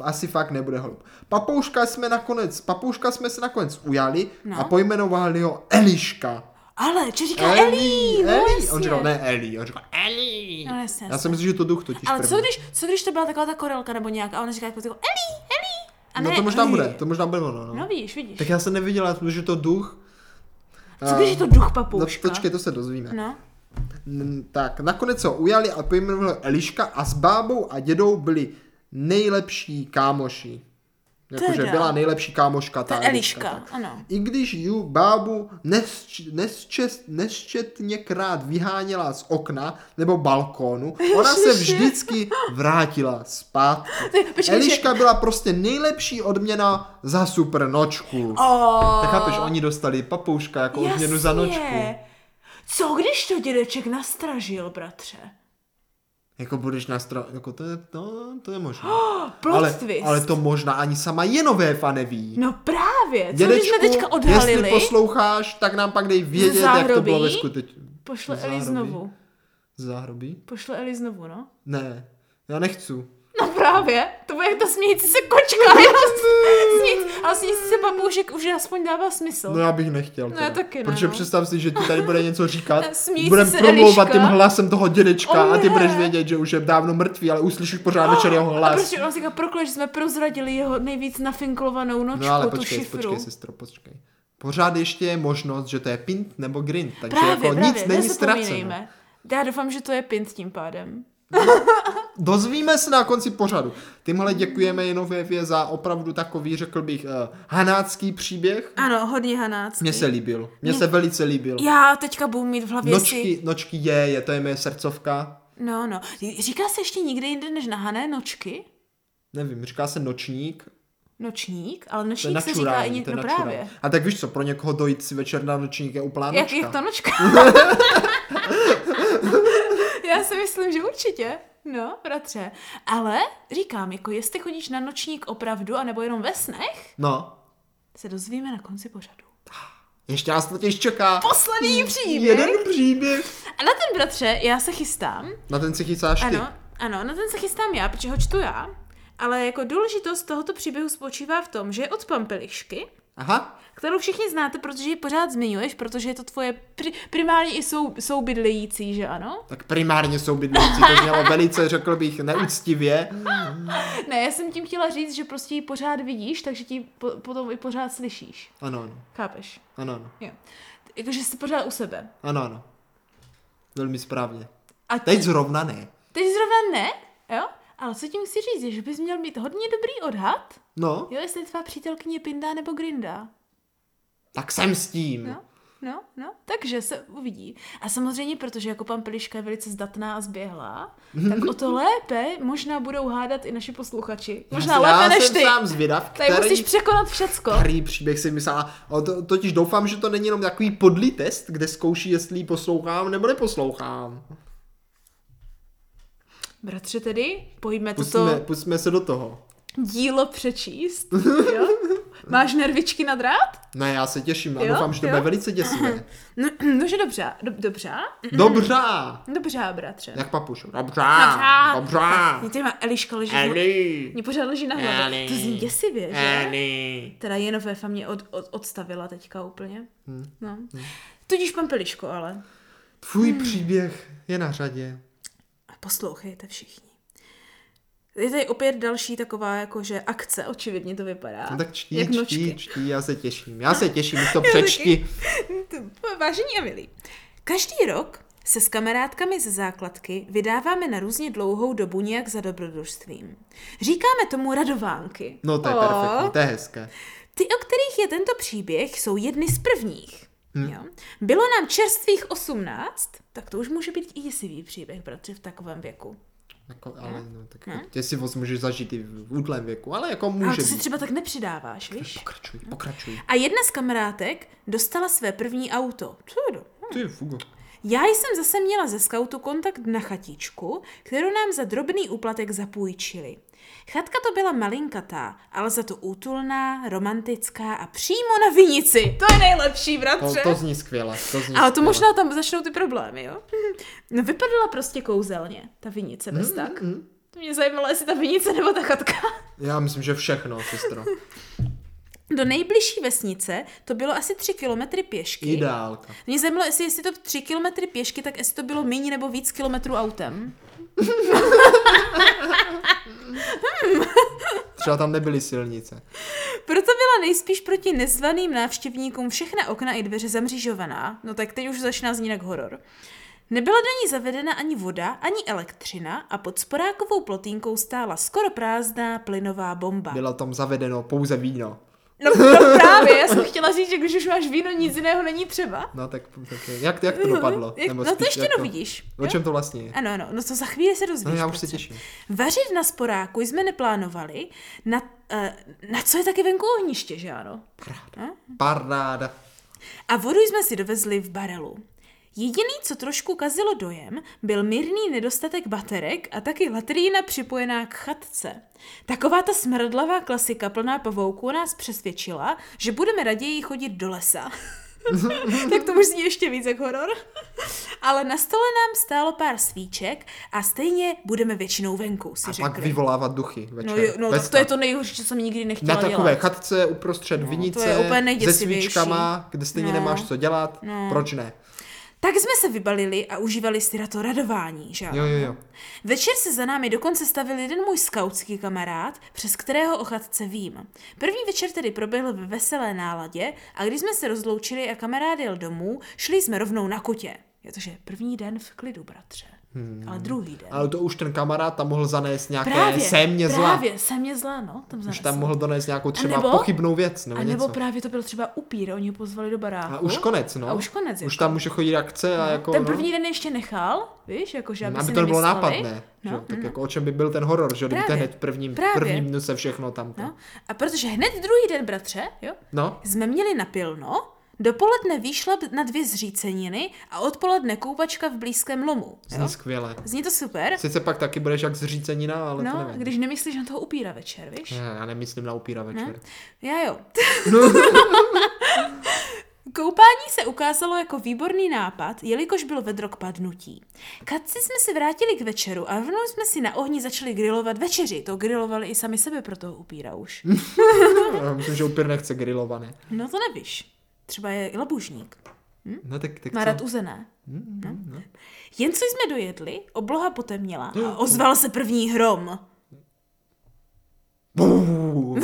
S1: Asi fakt nebude holub. Papouška jsme nakonec, papouška jsme se nakonec ujali
S2: No.
S1: a pojmenovali ho Eliška.
S2: Ale, co říká Elí? no
S1: Elí.
S2: jasně.
S1: On říkal, ne Elí, on říkal
S3: Ellie.
S2: No, jasně,
S1: Já
S2: jasně.
S1: si myslím, že to duch totiž
S2: Ale co
S1: první.
S2: když, co když to byla taková ta korelka nebo nějak a ona říká jako Eli, Eli. A
S1: No
S2: ne,
S1: to možná
S2: Eli.
S1: bude, to možná bude ono, no.
S2: No víš, vidíš.
S1: Tak já jsem neviděla, protože to duch...
S2: Co když je to duch papouška?
S1: No, počkej, to se dozvíme.
S2: No.
S1: N- tak, nakonec ho ujali a pojmenovali Eliška a s bábou a dědou byli nejlepší kámoši. Jakože
S2: Teda.
S1: byla nejlepší kámoška ta,
S2: Ta
S1: Eliška.
S2: Eliška,
S1: tak.
S2: ano.
S1: I když ju bábu nesč, nesčest, nesčetněkrát vyháněla z okna nebo balkónu, ona se
S2: Ježiši.
S1: vždycky vrátila
S2: <laughs>
S1: zpátky.
S2: Ty, počkej,
S1: Eliška byla prostě nejlepší odměna za super nočku.
S2: O,
S1: Tak chápeš, oni dostali papouška jako odměnu za nočku.
S2: Co když to dědeček nastražil, bratře?
S1: Jako budeš na stro... Jako to je, no, to je možné.
S2: <gasps> Plot
S1: ale,
S2: twist.
S1: ale to možná ani sama Jenovéfa neví.
S2: No právě, co když jsme teďka
S1: jestli
S2: odhalili?
S1: posloucháš, tak nám pak dej vědět, jak to
S2: záhrobí?
S1: bylo ve skutečnosti.
S2: Pošle
S1: Zároveň.
S2: Eli znovu.
S1: Záhrobí?
S2: Pošle Eli znovu, no.
S1: Ne, já nechci.
S2: <laughs> No právě, to bude jak ta smějící se
S1: <laughs>
S2: kočka. <laughs> jo, smějící, ale smějící se papoušek už aspoň dává smysl.
S1: No já bych nechtěl.
S2: No já taky ne,
S1: Protože
S2: no.
S1: představ si, že ti tady bude něco říkat,
S2: <laughs> Smějící
S1: budem
S2: se
S1: promlouvat
S2: Eliška.
S1: tím hlasem toho dědečka
S2: O
S1: a ty
S2: ne.
S1: budeš vědět, že už je dávno mrtvý, ale uslyšíš pořád
S2: <gasps>
S1: večer jeho
S2: A
S1: hlas.
S2: prostě on říká prokle, že jsme prozradili jeho nejvíc nafinklovanou nočku,
S1: No ale
S2: tu
S1: počkej,
S2: šifru.
S1: počkej, sestro, počkej. Pořád ještě je možnost, že to je pint nebo grind, takže
S2: právě,
S1: jako
S2: právě,
S1: nic není ztraceno.
S2: nezapomínejme. Já doufám, že to je pint tím pádem.
S1: Dozvíme se na konci pořadu. Tímhle děkujeme Jenovévě za opravdu takový, řekl bych, uh, hanácký příběh.
S2: Ano, hodně hanácký.
S1: Mně se líbil. Mně se velice líbil.
S2: Já teďka budu mít v hlavě si...
S1: Nočky, nočky je, je, to je moje srdcovka.
S2: No, no. Říká se ještě nikde jinde než na Hané nočky?
S1: Nevím, říká se nočník.
S2: Nočník? Ale
S1: To je
S2: nočník se říká i
S1: načurání, to
S2: někdo
S1: je
S2: no
S1: načurání.
S2: právě.
S1: A tak víš co, pro někoho dojít si večer na nočník je úplná
S2: Jak,
S1: nočka.
S2: jak ta nočka?
S1: <laughs>
S2: Já si myslím, že určitě. No, bratře. Ale říkám, jako jestli chodíš na nočník opravdu, anebo jenom ve snech,
S1: No,
S2: se dozvíme na konci pořadu.
S1: ještě nás totiž čeká
S2: Poslední příběh.
S1: jeden příběh.
S2: A na ten, bratře, já se chystám.
S1: Na ten si chystáš ty.
S2: Ano, ano, na ten se chystám já, protože ho čtu já. Ale jako důležitost tohoto příběhu spočívá v tom, že je od Pampelišky,
S1: Aha,
S2: kterou všichni znáte, protože ji pořád zmiňuješ, protože je to tvoje pri- primárně i sou- soubydlející, že ano?
S1: tak primárně jsou bydlící, to znělo velice, řekl bych, neúctivě.
S2: Ne, já jsem tím chtěla říct, že prostě ji pořád vidíš, takže ti po- potom i pořád slyšíš.
S1: Ano, ano,
S2: Chápeš?
S1: ano, ano,
S2: Jo. Jakože jsi pořád u sebe.
S1: ano, ano. Velmi správně.
S2: A
S1: Teď zrovna ne.
S2: teď zrovna ne, jo? Ale co tím chci říct, je, že bys měl mít hodně dobrý odhad,
S1: No,
S2: jo, jestli tvá přítelkyně pindá nebo grinda.
S1: tak jsem s tím.
S2: No, no, no, takže se uvidí. A samozřejmě, protože jako pan Peliška je velice zdatná a zběhlá, tak o to lépe možná budou hádat i naši posluchači. Možná
S1: já
S2: lépe než
S1: jsem
S2: ty.
S1: sám zvědav,
S2: Tady musíš
S1: který,
S2: překonat všecko.
S1: který příběh si myslela. O, to, totiž doufám, že to není jenom takový podlý test, kde zkouší, jestli ji poslouchám nebo neposlouchám.
S2: Bratře tedy, pojďme
S1: Pustíme,
S2: toto
S1: pustíme se do toho. <laughs>
S2: dílo přečíst. Jo? Máš nervičky na drát?
S1: Ne, já se těším a
S2: Jo,
S1: doufám, že to
S2: jo.
S1: bude velice děsivé.
S2: No, <clears throat> no že dobře, do, dobře,
S1: Dobře!
S2: dobře, bratře.
S1: Jak papuš. Dobře, dobře.
S2: Mě tady má Eliška leží.
S1: Eli,
S2: Mě pořád leží na hlavě.
S3: Eli.
S2: To zní děsivě, že?
S3: Ellie.
S2: Teda Jenovéfa mě od, od, odstavila teďka úplně.
S1: Hm,
S2: No. Tudíž pan Peliško, ale
S1: tvůj příběh je na řadě.
S2: poslouchejte všichni. Je tady opět další taková jakože akce, očividně to vypadá.
S1: No tak čtí,
S2: jak
S1: čtí,
S2: nočky.
S1: čtí, já se těším. Já se těším, když to
S2: <laughs> taky.
S1: přečti.
S2: Vážení a milí, každý rok se s kamarádkami ze základky vydáváme na různě dlouhou dobu nějak za dobrodružstvím. Říkáme tomu radovánky.
S1: No to je
S2: O.
S1: perfektní, to je hezké.
S2: Ty, o kterých je tento příběh, jsou jedny z prvních.
S1: Hm.
S2: Jo? Bylo nám čerstvých 18, tak to už může být i děsivý příběh, protože v takovém věku.
S1: Jako, ale no, tak tě si voz můžeš zažít i v útlém věku, ale jako může
S2: Ale No. to si
S1: být.
S2: třeba tak nepřidáváš, víš?
S1: Pokračuj, pokračuj.
S2: A jedna z kamarádek dostala své první auto. Co je to?
S1: Ty, fugo.
S2: Já jsem zase měla ze skautu kontakt na chatičku, kterou nám za drobný úplatek zapůjčili. Chatka to byla malinkatá, ale za to útulná, romantická a přímo na vinici. To je nejlepší,
S1: To,
S2: bratře.
S1: to zní skvěle, to zní
S2: Ale to
S1: skvěle.
S2: možná tam začnou ty problémy, jo? <laughs> No vypadala prostě kouzelně, ta vinice bez
S1: Hmm.
S2: tak.
S1: Mm,
S2: To mě zajímalo, jestli ta vinice nebo ta chatka. <laughs>
S1: Já myslím, že všechno, sestro.
S2: Do nejbližší vesnice to bylo asi 3 kilometry pěšky.
S1: Ideálka.
S2: Mě zajímalo, jestli, jestli to 3 kilometry pěšky, tak jestli to bylo méně nebo víc kilometrů autem.
S1: Třeba tam nebyly silnice.
S2: Proto byla nejspíš proti nezvaným návštěvníkům všechna okna i dveře zamřížovaná. No tak teď už začíná znít jak horor. Nebyla do ní zavedena ani voda, ani elektřina a pod sporákovou plotínkou stála skoro prázdná plynová bomba.
S1: Bylo tam zavedeno pouze víno.
S2: No, no právě, já jsem chtěla říct, že když už máš víno, nic jiného není třeba.
S1: No tak, tak je. jak, jak to dopadlo?
S2: Jak, <laughs> no to ještě
S1: jak
S2: jako, vidíš.
S1: O čem to vlastně je?
S2: Ano, ano, no to za chvíli se dozvíš.
S1: No já už se
S2: prostě.
S1: těším.
S2: Vařit na sporáku jsme neplánovali, na, uh, na co je taky venku ohniště, že ano?
S1: Paráda.
S2: A vodu jsme si dovezli v barelu. Jediný, co trošku kazilo dojem, byl mírný nedostatek baterek a taky latrína připojená k chatce. Taková ta smradlavá klasika plná pavouků nás přesvědčila, že budeme raději chodit do lesa. <laughs> tak to už zní ještě víc jak horor. Ale na stole nám stálo pár svíček a stejně budeme většinou venku, si
S1: A
S2: řekli.
S1: pak vyvolávat duchy večer.
S2: No, jo, no
S1: Bez
S2: tak to je
S1: tak.
S2: to nejhorší, co jsem nikdy nechtěla
S1: Na takové
S2: dělat.
S1: chatce uprostřed no,
S2: to je
S1: vinice,
S2: úplně
S1: se
S2: nejděsivější.
S1: svíčkama, kde stejně
S2: No.
S1: nemáš co dělat,
S2: No.
S1: proč ne?
S2: Tak jsme se vybalili a užívali si na to radování, že?
S1: Jo, jo, jo.
S2: Večer se za námi dokonce stavil jeden můj skautský kamarád, přes kterého o chatce vím. První večer tedy proběhl ve veselé náladě a když jsme se rozloučili a kamarád jel domů, šli jsme rovnou na kotě. Je to, že první den v klidu, bratře. Hmm. Ale druhý den.
S1: Ale to už ten kamarád tam mohl zanést nějaké
S2: právě,
S1: sémě zla.
S2: právě, sémě zla, no, tam
S1: Už
S2: zanesl.
S1: tam mohl donést nějakou třeba
S2: nebo-
S1: pochybnou věc nebo,
S2: a nebo
S1: něco.
S2: právě to byl třeba upír, oni ho pozvali do baráku.
S1: A už konec, no.
S2: A už konec,
S1: Už
S2: jako.
S1: tam může chodit akce a jako,
S2: Ten
S1: no.
S2: první den ještě nechal, víš, jakože aby,
S1: aby
S2: si
S1: to nebylo
S2: nemysleli.
S1: nápadné. No, že?
S2: No,
S1: jo? Tak jako o čem by byl ten horor, že? jo? Kdyby to
S2: Právě.
S1: hned v prvním,
S2: Právě.
S1: prvním dnu se všechno tam. to-
S2: no. A protože hned druhý den, bratře, jo,
S1: no.
S2: jsme měli napilno, dopoledne výšla na dvě zříceniny a odpoledne koupačka v blízkém lomu. Jo?
S1: Zní skvěle.
S2: Zní to super,
S1: Sice pak taky budeš jak zřícenina, ale to
S2: no,
S1: nevím.
S2: když nemyslíš na toho upíra večer, víš?
S1: Ne, No. Já nemyslím na upíra večer.
S2: Já jo. <laughs> Koupání se ukázalo jako výborný nápad, jelikož bylo vedro k padnutí. Katci jsme se vrátili k večeru a rovnou jsme si na ohni začali grilovat večeři. To grilovali i sami sebe pro toho upíra už.
S1: Mm. Já Myslím, že upír nechce grilované.
S2: No to nevíš. Třeba je labužník.
S1: No tak, tak
S2: Má
S1: co? Mm,
S2: rád uzené. No. Jen co jsme dojedli, obloha potemněla
S1: <gasps>
S2: a ozval se první hrom.
S1: Buu.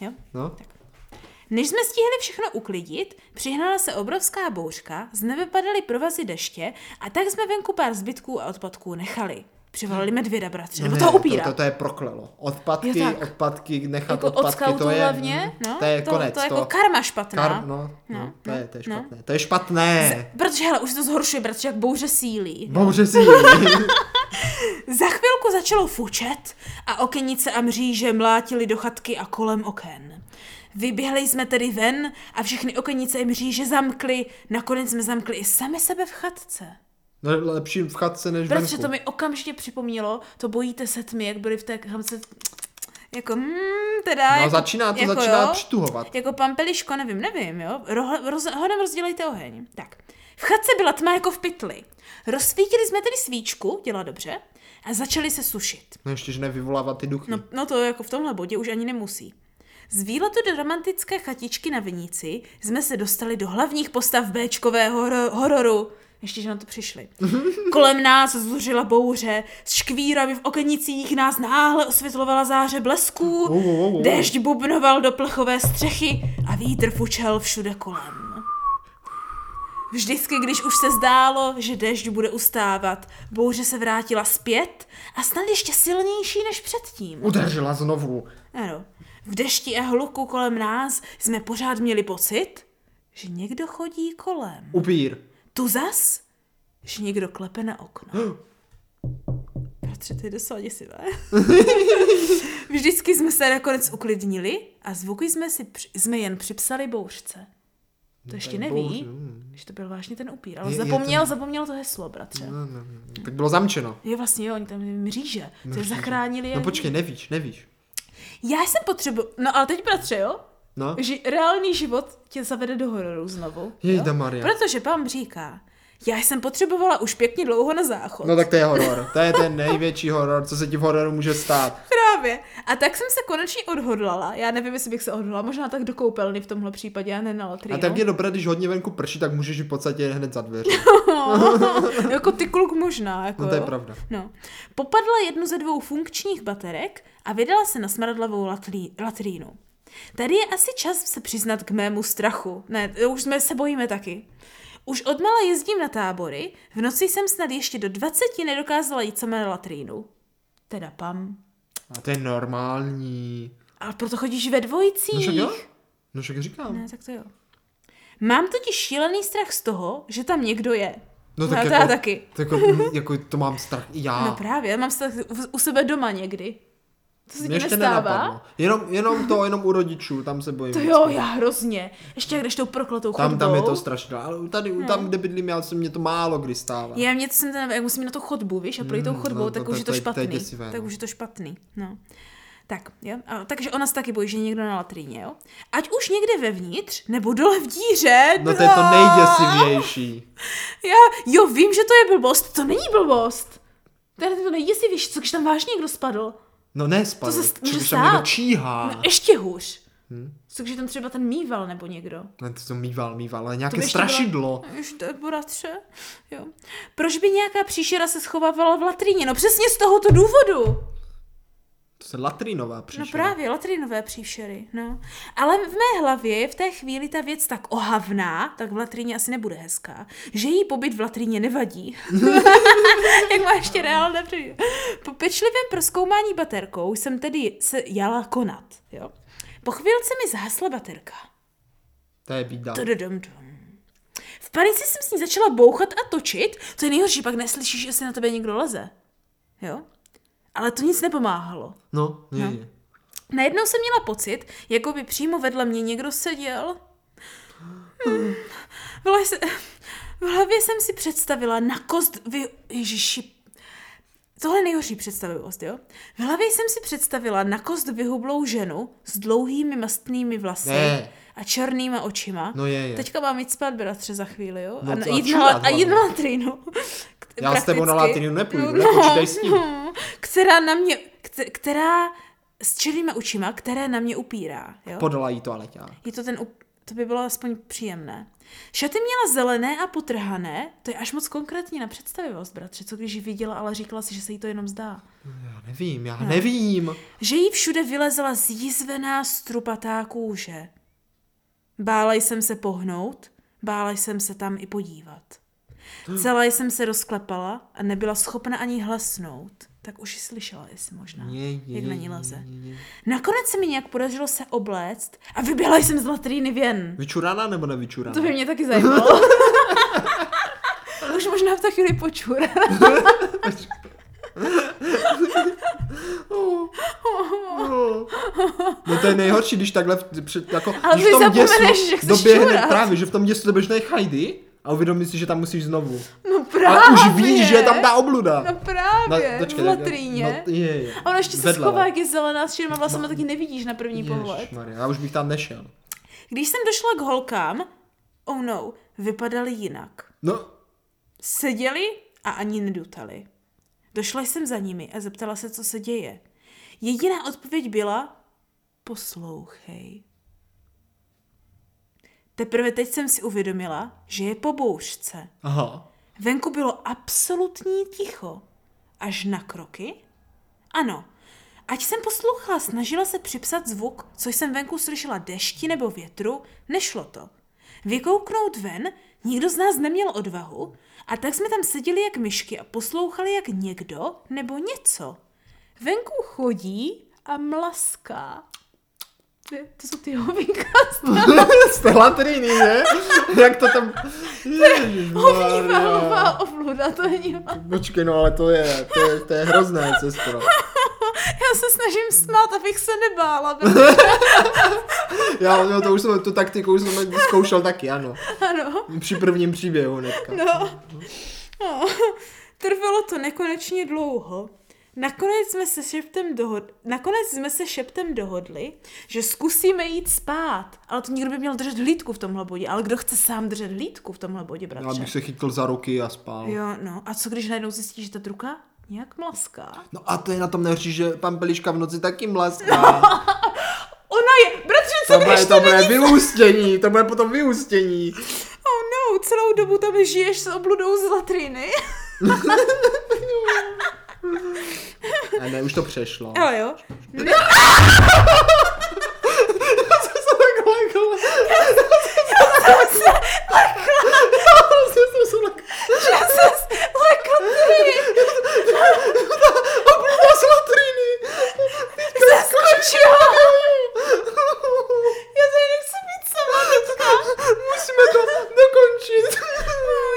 S2: Jo?
S1: No,
S2: Než jsme stihli všechno uklidit, přihnala se obrovská bouřka, z nebe padaly provazy deště a tak jsme venku pár zbytků a odpadků nechali. Přivolali medvěda, bratře, nebo
S1: ne,
S2: No toho upíra.
S1: To, to, to je proklelo. Odpadky,
S2: Jo, tak.
S1: odpadky, nechat
S2: jako od
S1: odpadky,
S2: skautů
S1: to je, mm,
S2: hlavně, no,
S1: to je
S2: to,
S1: konec.
S2: to je jako
S1: to,
S2: karma špatná.
S1: kar, no, no,
S2: No,
S1: to, je, to je
S2: no.
S1: špatné. To je špatné.
S2: Protože hele, už se to zhoršuje, bratře, jak bouře sílí.
S1: Bouře si.
S2: Za chvilku začalo fučet a okenice a mříže mlátily do chatky a kolem oken. Vyběhli jsme tedy ven a všechny okenice i mříže zamkly. Nakonec jsme zamkli i sami sebe v chatce.
S1: No, lepší v chatce než
S2: Protože
S1: venku.
S2: Prostě to mi okamžitě připomnělo, to bojíte se tmy, jak byli v té kamce, jako hmm, teda,
S1: No,
S2: jako,
S1: začíná to,
S2: jako
S1: začíná
S2: jo,
S1: přituhovat.
S2: Jako pampeliško, nevím, nevím, jo, Rohle, roz, honem rozdělejte oheň. Tak, v chatce byla tma jako v pytli. Rozsvítili jsme tedy svíčku, dělá dobře, a začali se sušit.
S1: No ještě, že nevyvolává ty duchy.
S2: No, no to jako v tomhle bodě už ani nemusí. Z výletu do romantické chatičky na Vinici jsme se dostali do hlavních postav Bčkového horo- hororu. Ještě, že na
S1: <laughs>
S2: to přišli. Kolem nás zuřila bouře, s škvírami v okenicích nás náhle osvětlovala záře blesků,
S1: Wow, wow, wow, wow.
S2: déšť bubnoval do plechové střechy a vítr fučel všude kolem. Vždycky, když už se zdálo, že déšť bude ustávat, bouře se vrátila zpět a snad ještě silnější než předtím.
S1: Udržela znovu.
S2: Ano. V dešti a hluku kolem nás jsme pořád měli pocit, že někdo chodí kolem.
S1: Upír.
S2: Tu zas, že někdo klepe na okno.
S1: <gasps>
S2: Bratře, to je docela děsivé. <laughs> Vždycky jsme se nakonec uklidnili a zvuky jsme, si, při- jsme jen připsali bouřce. To ještě
S1: ten bouř,
S2: neví,
S1: mm.
S2: že to byl vážně ten upír, ale
S1: Je- je
S2: zapomněl, zapomněl to heslo, bratře.
S1: No, no, no. Tak bylo zamčeno.
S2: Je vlastně, jo, oni tam mříže, to je zachránili.
S1: No
S2: jak-
S1: počkej, nevíš, nevíš.
S2: Já jsem potřeboval, no ale teď bratře, jo,
S1: No,
S2: Že reálný život tě zavede do hororu znovu.
S1: Jejda
S2: jo?
S1: Maria.
S2: Protože pán říká, Já jsem potřebovala už pěkně dlouho na záchod.
S1: No tak to je horor. To je ten největší horor, co se ti v hororu může stát.
S2: Právě. A tak jsem se konečně odhodlala. Já nevím, jestli bych se odhodlala, možná tak do koupelny v tomhle případě, já ne na latrinu.
S1: A tak je dobré, když hodně venku prší, tak můžeš jít v podstatě hned za
S2: <laughs>
S1: dveře. <laughs>
S2: jako ty kluk možná. Jako,
S1: No to je
S2: jo.
S1: pravda.
S2: No. Popadla jednu ze dvou funkčních baterek a vydala se na smradlavou latlí, latrínu. Tady je asi čas se přiznat k mému strachu. Ne, už jsme se bojíme taky. Už odmala jezdím na tábory, v noci jsem snad ještě do 20 nedokázala jít sama na latrínu. Teda pam.
S1: A to je normální.
S2: Ale proto chodíš ve dvojicích.
S1: No však jo? No však říkám.
S2: Ne, tak to jo. Mám totiž šílený strach z toho, že tam někdo je.
S1: No tak
S2: to
S1: jako,
S2: já taky.
S1: tak Jako, mm, jako, to mám strach i já.
S2: No právě, mám strach u- u sebe doma někdy. To se
S1: Mě
S2: ti nestává?
S1: nenapadlo. Jenom, jenom to, jenom u rodičů, tam se bojím.
S2: To
S1: vždycky.
S2: jo, jako já hrozně. Ještě jak jdeš tou prokletou
S1: Tam,
S2: chodbou.
S1: tam je to strašné, ale tady, no. tam, kde bydlím, já se mě to málo kdy stává.
S2: Já mě to jsem ten, jak musím na to chodbu, víš, a projít tou
S1: Mm,
S2: chodbou,
S1: no,
S2: tak
S1: to-
S2: už
S1: to-
S2: je to
S1: to je- to je
S2: špatný.
S1: děsivé, no.
S2: tak už je to špatný, no. Tak, jo? A, takže ona se taky bojí, že je někdo na latríně, jo? Ať už někde vevnitř, nebo dole v díře.
S1: No to je to
S2: no.
S1: nejděsivější.
S2: Já, jo, vím, že to je blbost, to není blbost. To je to nejděsivější, co když tam vážně někdo spadl.
S1: No ne spadu,
S2: To se st-
S1: či
S2: může
S1: už tam někdo
S2: stát.
S1: číhá.
S2: No ještě hůř. Hmm?
S1: Hm?
S2: Co když tam třeba ten mýval nebo někdo.
S1: Ne, to to mýval, mýval, ale
S2: To
S1: nějaké
S2: by ještě
S1: strašidlo.
S2: Už to je bratře. Jo. Proč by nějaká příšera se schovávala v latríně? No přesně z tohoto důvodu.
S1: To se latrinová
S2: No
S1: příšera.
S2: právě, latrinové příšery, no. Ale v mé hlavě je v té chvíli ta věc tak ohavná, tak v latrině asi nebude hezká, že jí pobyt v latrině nevadí. <laughs> Jak má ještě reálné přijde. Po pečlivém proskoumání baterkou jsem tedy se jala konat, jo. Po chvilce mi zhasla baterka.
S1: To je bída.
S2: Tududumdum. V panice jsem s ní začala bouchat a točit, to je nejhorší, pak neslyšíš, jestli na tebe někdo leze. Jo? Ale to nic nepomáhalo.
S1: No, je,
S2: No.
S1: je.
S2: Najednou jsem měla pocit, jako by přímo vedle mě někdo seděl. Hmm. V, lese, v hlavě jsem si představila na kost vy... Ježiši. Tohle je nejhorší představivost, jo? V hlavě jsem si představila na kost vyhublou ženu s dlouhými mastnými vlasy
S1: Ne.
S2: a černýma očima.
S1: No je, je.
S2: Teďka mám jít spát, bratře, za chvíli, jo?
S1: No
S2: a,
S1: to
S2: na-
S1: a
S2: jít na,
S1: čurat
S2: la- a jít na
S1: hlavně.
S2: latrinu. <laughs>
S1: Já s tebou na
S2: Prakticky.
S1: latrinu nepůjdu, nepočítej s tím.
S2: no, <laughs> která na mě, kte- která s černýma očima, které na mě upírá, jo?
S1: Podala jí to ale tě.
S2: Je to ten, up- to by bylo aspoň příjemné. Šaty měla zelené a potrhané, to je až moc konkrétní na představivost, bratře, co když ji viděla, ale říkala si, že se jí to jenom zdá.
S1: Já nevím,
S2: No.
S1: já nevím.
S2: Že jí všude vylezla zjízvená strupatá kůže. Bála jsem se pohnout, bála jsem se tam i podívat. Celá jsem se rozklepala a nebyla schopna ani hlasnout. Tak už ji slyšela, jestli možná,
S1: Je, je,
S2: jak na
S1: je,
S2: ní leze.
S1: je, je.
S2: Nakonec se mi nějak podařilo se obléct a vyběhla jsem z latríny ven.
S1: Vyčuraná nebo nevyčuraná? <laughs>
S2: To by mě taky zajímalo. Už možná v té chvíli počur. <laughs>
S1: Oh, oh. No to je nejhorší, když takhle v, před, jako,
S2: Ale
S1: když
S2: ty
S1: v tom
S2: zapomeneš,
S1: děsu
S2: že chceš
S1: doběhne
S2: čurat.
S1: právě, že v tom děsu doběhneš nejchajdy a uvědomíš si, že tam musíš znovu.
S2: No
S1: Ale
S2: právě.
S1: už víš, že je tam ta obluda.
S2: No právě,
S1: Na-
S2: v latríně.
S1: No, je, je.
S2: A ona ještě se
S1: Vedle,
S2: schová,
S1: no.
S2: jak je zelená s čirma vlasama, taky nevidíš na první pohled.
S1: Ježišmarja, já už bych tam nešel.
S2: Když jsem došla k holkám, oh no, vypadaly jinak.
S1: No,
S2: Seděli a ani nedutali. Došla jsem za nimi a zeptala se, co se děje. Jediná odpověď byla, poslouchej. Teprve teď jsem si uvědomila, že je po bouřce.
S1: aha.
S2: Venku bylo absolutní ticho. Až na kroky? Ano. Ať jsem poslouchala, snažila se připsat zvuk, co jsem venku slyšela dešti nebo větru, nešlo to. Vykouknout ven, nikdo z nás neměl odvahu, a tak jsme tam seděli jak myšky a poslouchali jak někdo nebo něco. Venku chodí a mlaská. Ne, To jsou ty hovinka.
S1: <laughs> Z té latriny, ne? Jak to tam...
S2: Hovnívá,
S1: Ježišmarja.
S2: hová, ovluda, to je nivá.
S1: Počkej, no ale to je, to je, to je hrozné, sestro.
S2: Já se snažím smát, abych se nebála. protože-
S1: Já no, to už jsem, tu taktiku už jsem zkoušel taky, ano.
S2: <laughs> Ano.
S1: Při prvním příběhu hnedka.
S2: No. no. Trvalo to nekonečně dlouho. Nakonec jsme se šeptem dohodli, nakonec jsme se šeptem dohodli, že zkusíme jít spát. Ale to nikdo by měl držet hlídku v tomhle bodě. Ale kdo chce sám držet hlídku v tomhle bodě,
S1: Já
S2: bratře?
S1: bych se chytl za ruky a spal.
S2: Jo, no. A co když najednou zjistíš, že ta druka nějak mlaská?
S1: No a to je na tom nejhorší, že pan Peliška v noci taky mlaská. No,
S2: Ona je, bratře, <laughs> co
S1: to bude,
S2: když
S1: to
S2: to
S1: bude
S2: není...
S1: vyústění, to bude potom vyústění.
S2: Oh no, celou dobu tam žiješ s obludou z latriny. <laughs>
S1: A ne, už to přešlo. <laughs>
S2: Jo, jo.
S1: Co se tak lekla? Co se tak
S2: Já jsem se lekla ty.
S1: lekla? z latriny.
S2: Zaskočila. Já tady nechci být sama teďka.
S1: Musíme to dokončit.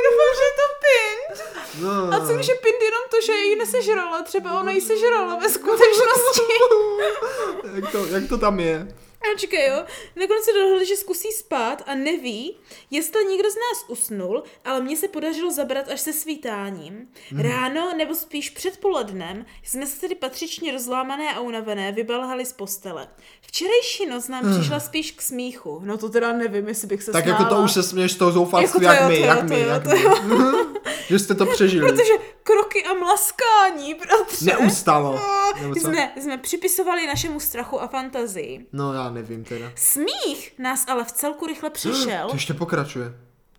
S2: Doufám, že je to pint.
S1: No.
S2: A co když je pint jenom to, že ji nesežrala? Třeba ona ji sežrala ve skutečnosti.
S1: jak, to, jak to tam je?
S2: <laughs> A čekaj, jo. Nakonec se dohodli, že zkusí spát a neví, jestli někdo z nás usnul, ale mně se podařilo zabrat až se svítáním.
S1: Mhm.
S2: Ráno, nebo spíš předpolednem, jsme se tedy patřičně rozlámané a unavené vybalhali z postele. Včerejší noc nám přišla spíš k smíchu. No to teda nevím, jestli bych se
S1: Mhm. Tak
S2: smála.
S1: jako to už se směš z toho
S2: Jako
S1: zoufalství,
S2: to
S1: jak
S2: jo,
S1: my,
S2: to jo,
S1: jak
S2: to
S1: my,
S2: jo,
S1: jak
S2: to
S1: my.
S2: jo.
S1: <laughs> Že jste to přežili.
S2: Protože kroky a mlaskání, bratře. <laughs>
S1: Neustalo.
S2: No,
S1: Nebo co?
S2: jsme, jsme připisovali našemu strachu a fantazii.
S1: No já nevím teda.
S2: Smích nás ale v celku
S1: <gasps>
S2: rychle přišel.
S1: To ještě pokračuje.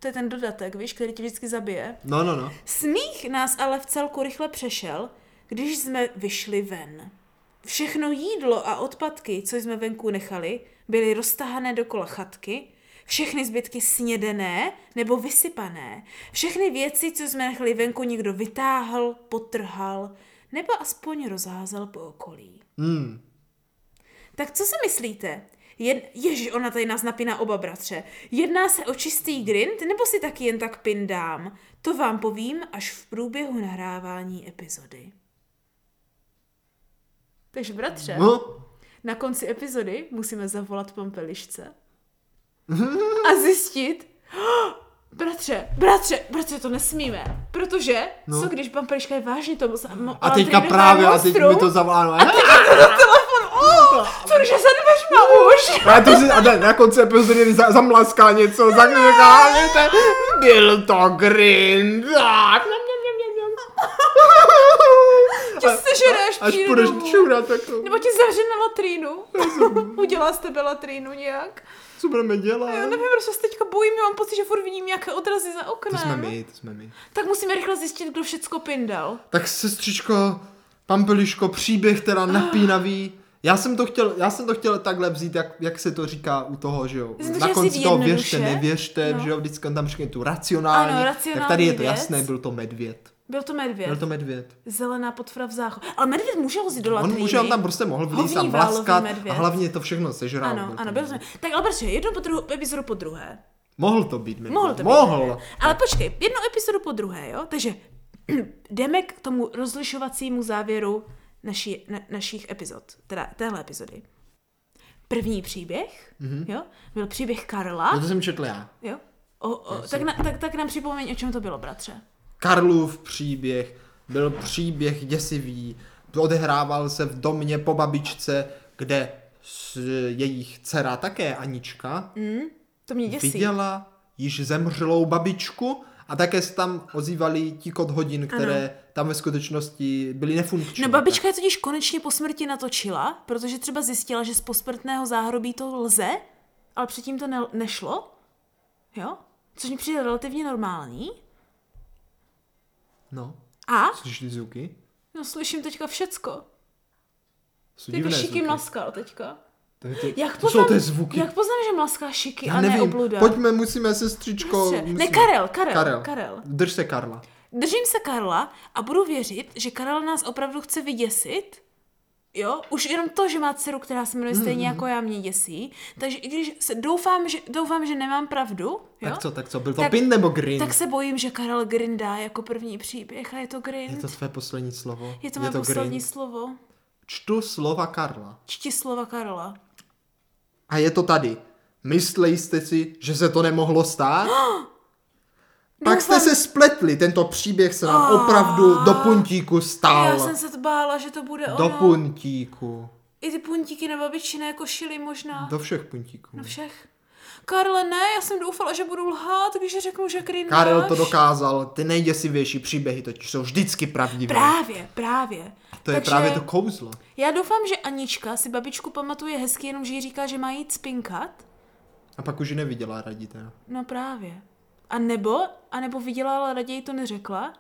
S2: To je ten dodatek, víš, který tě vždycky zabije.
S1: No, no, no.
S2: Smích nás ale v celku rychle přešel, když jsme vyšli ven. Všechno jídlo a odpadky, co jsme venku nechali, byly roztahané dokola chatky, všechny zbytky snědené nebo vysypané. Všechny věci, co jsme nechali venku, někdo vytáhl, potrhal nebo aspoň rozházel po okolí.
S1: Hmm.
S2: Tak co si myslíte? Jed... Ježiš, ona tady nás napíná oba bratře. Jedná se o čistý grind, nebo si taky jen tak pindám? To vám povím až v průběhu nahrávání epizody. Takže bratře,
S1: No,
S2: na konci epizody musíme zavolat Pompelišce a zjistit, "Oh, Bratře, bratře, bratře, to nesmíme, protože
S1: No.
S2: no. co když Pampeliška je vážně tomu
S1: a teďka právě, a teď mi to zavoláno.
S2: <laughs>
S1: A,
S2: Co když je za dveřma už?
S1: a, to si, a ne, na konci epizody za, zamlaská něco,
S2: No,
S1: zakliká, byl to grind. no, Tak, mňam, mňam, mňam, mňam.
S2: Tě sežereš,
S1: no. Až
S2: přijde
S1: půjdeš
S2: domů.
S1: čurat, tak to,
S2: Nebo ti zavře na latrínu. <laughs> Udělá z tebe latrínu nějak.
S1: co budeme dělat?
S2: Já nevím, prostě se teďka bojím, já mám pocit, že furt vidím nějaké odrazy za
S1: To
S2: oknem.
S1: jsme my, to jsme my.
S2: Tak musíme rychle zjistit, kdo všecko pindal.
S1: Tak sestřičko, pampeliško, příběh
S2: Ah.
S1: teda napínavý. Já jsem to chtěl, já jsem to chtěl takhle vzít, jak, jak se to říká u toho, že jo.
S2: Já jsem to
S1: Na
S2: chtěla
S1: konci
S2: vzít
S1: toho
S2: jednoduše.
S1: věřte, nevěřte,
S2: No.
S1: že jo, vždycky on tam řekne tu racionální.
S2: Ano, racionální
S1: tak tady je to
S2: věc.
S1: jasné, byl to medvěd.
S2: Byl to medvěd.
S1: Byl to medvěd.
S2: Zelená potvora v záchodu. Ale medvěd může hozit do
S1: On
S2: latríny.
S1: může, on tam prostě mohl vlít tam
S2: Hovný válový
S1: vlaskat a
S2: medvěd.
S1: hlavně to všechno sežral.
S2: Ano, ano, byl to Tak ale protože jednu po druhou, epizodu po druhé.
S1: Mohl to být medvěd.
S2: Mohl to být.
S1: Mohl.
S2: Ale počkej, jednu epizodu po druhé, jo? Takže <clears throat> jdeme k tomu rozlišovacímu závěru naší, na, našich epizod, teda téhle epizody. První příběh, mm-hmm. jo, byl příběh Karla,
S1: No to jsem četl já.
S2: jo. O, o, tak, na, tak, tak nám připomeň, o čem to bylo, bratře.
S1: Karlův příběh byl příběh děsivý. Odehrával se v domě po babičce, kde s, jejich dcera také Anička
S2: To mě Mm. děsí.
S1: viděla již zemřelou babičku a také se tam ozývaly tikot hodin, které tam ve skutečnosti byly nefunkční.
S2: No babička je totiž konečně po smrti natočila, protože třeba zjistila, že z posmrtného záhrobí to lze, ale předtím to ne- nešlo, jo? Což mi přijde relativně normální.
S1: No,
S2: A,
S1: slyšíš ty zvuky?
S2: no slyším teďka všecko.
S1: Jsou
S2: Ty
S1: divné
S2: šiky
S1: zvuky.
S2: mlaskal teďka.
S1: To, je ty,
S2: Jak
S1: to
S2: poznám,
S1: jsou ty zvuky?
S2: Jak poznám, že mlaská šiky
S1: Já
S2: a
S1: nevím,
S2: ne obluda?
S1: pojďme, musíme sestřičko...
S2: Prostě.
S1: Musíme.
S2: Ne, Karel, Karel,
S1: Karel,
S2: Karel, Karel.
S1: Drž se Karla.
S2: Držím se Karla a budu věřit, že Karel nás opravdu chce vyděsit. Jo, už jenom to, že má dceru, která se jmenuje stejně
S1: Mhm.
S2: jako já, mě děsí. Takže i když se, doufám, že, doufám, že nemám pravdu, jo?
S1: Tak co, tak co, byl to
S2: Tak-
S1: pin nebo green?
S2: tak se bojím, že Karel grindá jako první příběh a je to grind.
S1: Je to tvé poslední slovo.
S2: je to moje poslední
S1: grind.
S2: slovo.
S1: Čtu slova Karla.
S2: Čti slova Karla. <gasps>
S1: A je to tady. Mysleli jste si, že se to nemohlo stát? Pak jste se spletli, tento příběh se vám
S2: Ah.
S1: opravdu do puntíku
S2: Já
S1: stál.
S2: jsem se to bála, že to bude
S1: Do
S2: ono.
S1: puntíku.
S2: I ty puntíky na babičné košily možná.
S1: Do všech puntíků.
S2: Do všech. Karle, ne, já jsem doufala, že budu lhát, když řeknu, že kryndáš.
S1: Karel to dokázal, ty nejděsivější příběhy totiž jsou vždycky pravdivé.
S2: Právě, právě.
S1: To je
S2: Takže
S1: právě to kouzlo.
S2: Já doufám, že Anička si babičku pamatuje hezky, jenom že jí říká, že má jít spinkat.
S1: A pak už ji neviděla radíte.
S2: No právě. A nebo, a nebo viděla, ale raději to neřekla.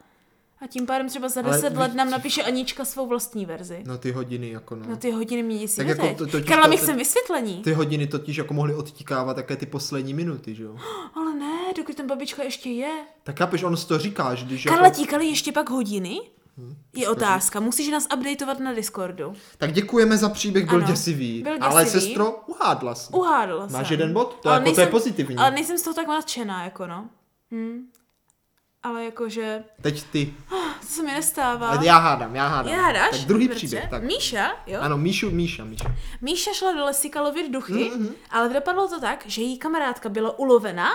S2: A tím pádem třeba za
S1: Ale
S2: deset let
S1: víš-
S2: nám napíše Anička svou vlastní verzi.
S1: No ty hodiny jako no.
S2: No ty hodiny mě děsí
S1: Tak jako
S2: teď.
S1: to- totiž
S2: Karla,
S1: to-
S2: my
S1: to-
S2: chcem vysvětlení.
S1: Ty hodiny totiž jako mohly odtíkávat také ty poslední minuty, že jo? <gasps>
S2: Ale ne, dokud tam babička ještě je.
S1: Tak chápeš, on si to říká, že když
S2: Karla,
S1: jako... Hm,
S2: tíkaly ještě pak hodiny? Je otázka, musíš nás updateovat na Discordu.
S1: Tak děkujeme za příběh, byl
S2: Ano,
S1: děsivý.
S2: byl
S1: Ale
S2: děsivý.
S1: sestro, uhádla jsi.
S2: Uhádla jsem.
S1: Máš jeden bod? To jako to je pozitivní.
S2: Ale nejsem z toho tak nadšená, jako no. Hm. Ale jakože,
S1: Teď ty.
S2: to se mi nestává.
S1: Ale já hádám, já hádám.
S2: Já hádáš?
S1: Tak druhý
S2: Brče?
S1: příběh, tak.
S2: Míša, jo?
S1: Ano, Míšu, Míša, Míša.
S2: Míša šla do lesíka lovit duchy,
S1: Mhm.
S2: mm-hmm. ale dopadlo to tak, že její kamarádka byla ulovena,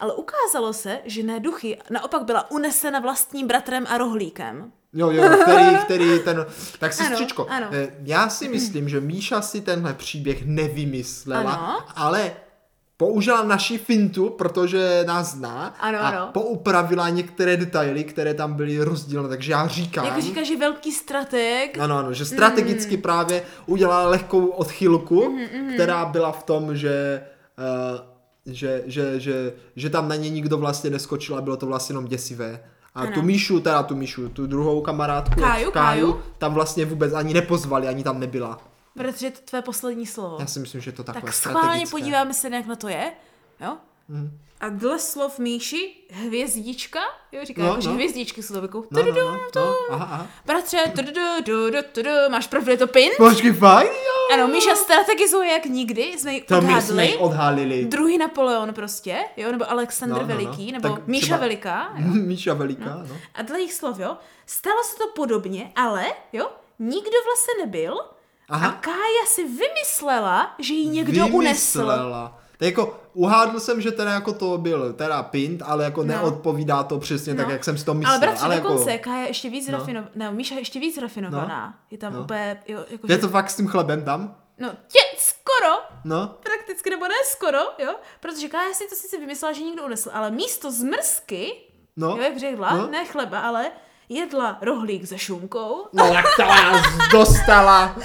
S2: ale ukázalo se, že ne duchy, naopak byla unesena vlastním bratrem a rohlíkem.
S1: Jo, jo, který, který ten... Tak sestřičko,
S2: ano.
S1: eh, já si myslím, že Míša si tenhle příběh nevymyslela,
S2: Ano.
S1: ale použila naši fintu, protože nás zná
S2: Ano,
S1: a
S2: ano.
S1: poupravila některé detaily, které tam byly rozdílné, takže já říkám...
S2: Jak říká, Jako že velký strateg,
S1: Ano, ano, že strategicky mm. právě udělala lehkou odchylku,
S2: Mhm,
S1: mm, mm. která byla v tom, že, uh, že, že, že, že tam na ně nikdo vlastně neskočil a bylo to vlastně jenom děsivé. A ano. tu Míšu, teda tu Míšu, tu druhou kamarádku,
S2: Káju, Káju.
S1: tam vlastně vůbec ani nepozvali, ani tam nebyla.
S2: bratře, je to tvé poslední slovo.
S1: Já si myslím, že to takové
S2: tak schválně
S1: strategické.
S2: podíváme se, jak na to je, jo?
S1: Mhm.
S2: A dle slov Míši, hvězdička, jo, říká,
S1: No,
S2: no, jako, že
S1: no.
S2: hvězdičky jsou takovou,
S1: No, no, no, no, aha, aha.
S2: bratře, tudu, tudu, tudu, máš pravdu, je to pin?
S1: Počkej, fajn, jo.
S2: Ano, Míša strategizuje jak nikdy, jsme ji
S1: To my jsme
S2: odhadli.
S1: ji odhalili.
S2: Druhý Napoleon prostě, jo, nebo Alexander
S1: No, no, no.
S2: Veliký, nebo
S1: Tak
S2: Míša
S1: třeba-
S2: Veliká. jo.
S1: <laughs> Míša veliká, no.
S2: A dle jejich slov, jo, stalo se to podobně, ale, jo, nikdo vlastně nebyl.
S1: Aha.
S2: Aha. A Kája si vymyslela, že ji někdo unesl.
S1: Vymyslela. Tak jako uhádl jsem, že teda jako to byl teda pint, ale jako no. neodpovídá to přesně no. tak, jak jsem si to myslel.
S2: Ale bratře, ale
S1: jako,
S2: dokonce, jako... Kája je ještě víc
S1: No.
S2: no. rafinovaná, ne, Míša je ještě víc rafinovaná. No. Je tam
S1: No.
S2: no. úplně, jo, jako,
S1: Je to fakt s tím chlebem tam?
S2: no, tě, skoro,
S1: No.
S2: prakticky, nebo ne skoro, jo, protože Kája si to sice vymyslela, že nikdo unesl, ale místo zmrzky,
S1: No.
S2: no. jo, jak řekla,
S1: No.
S2: no. ne chleba, ale jedla rohlík se šunkou.
S1: No jak to nás dostala.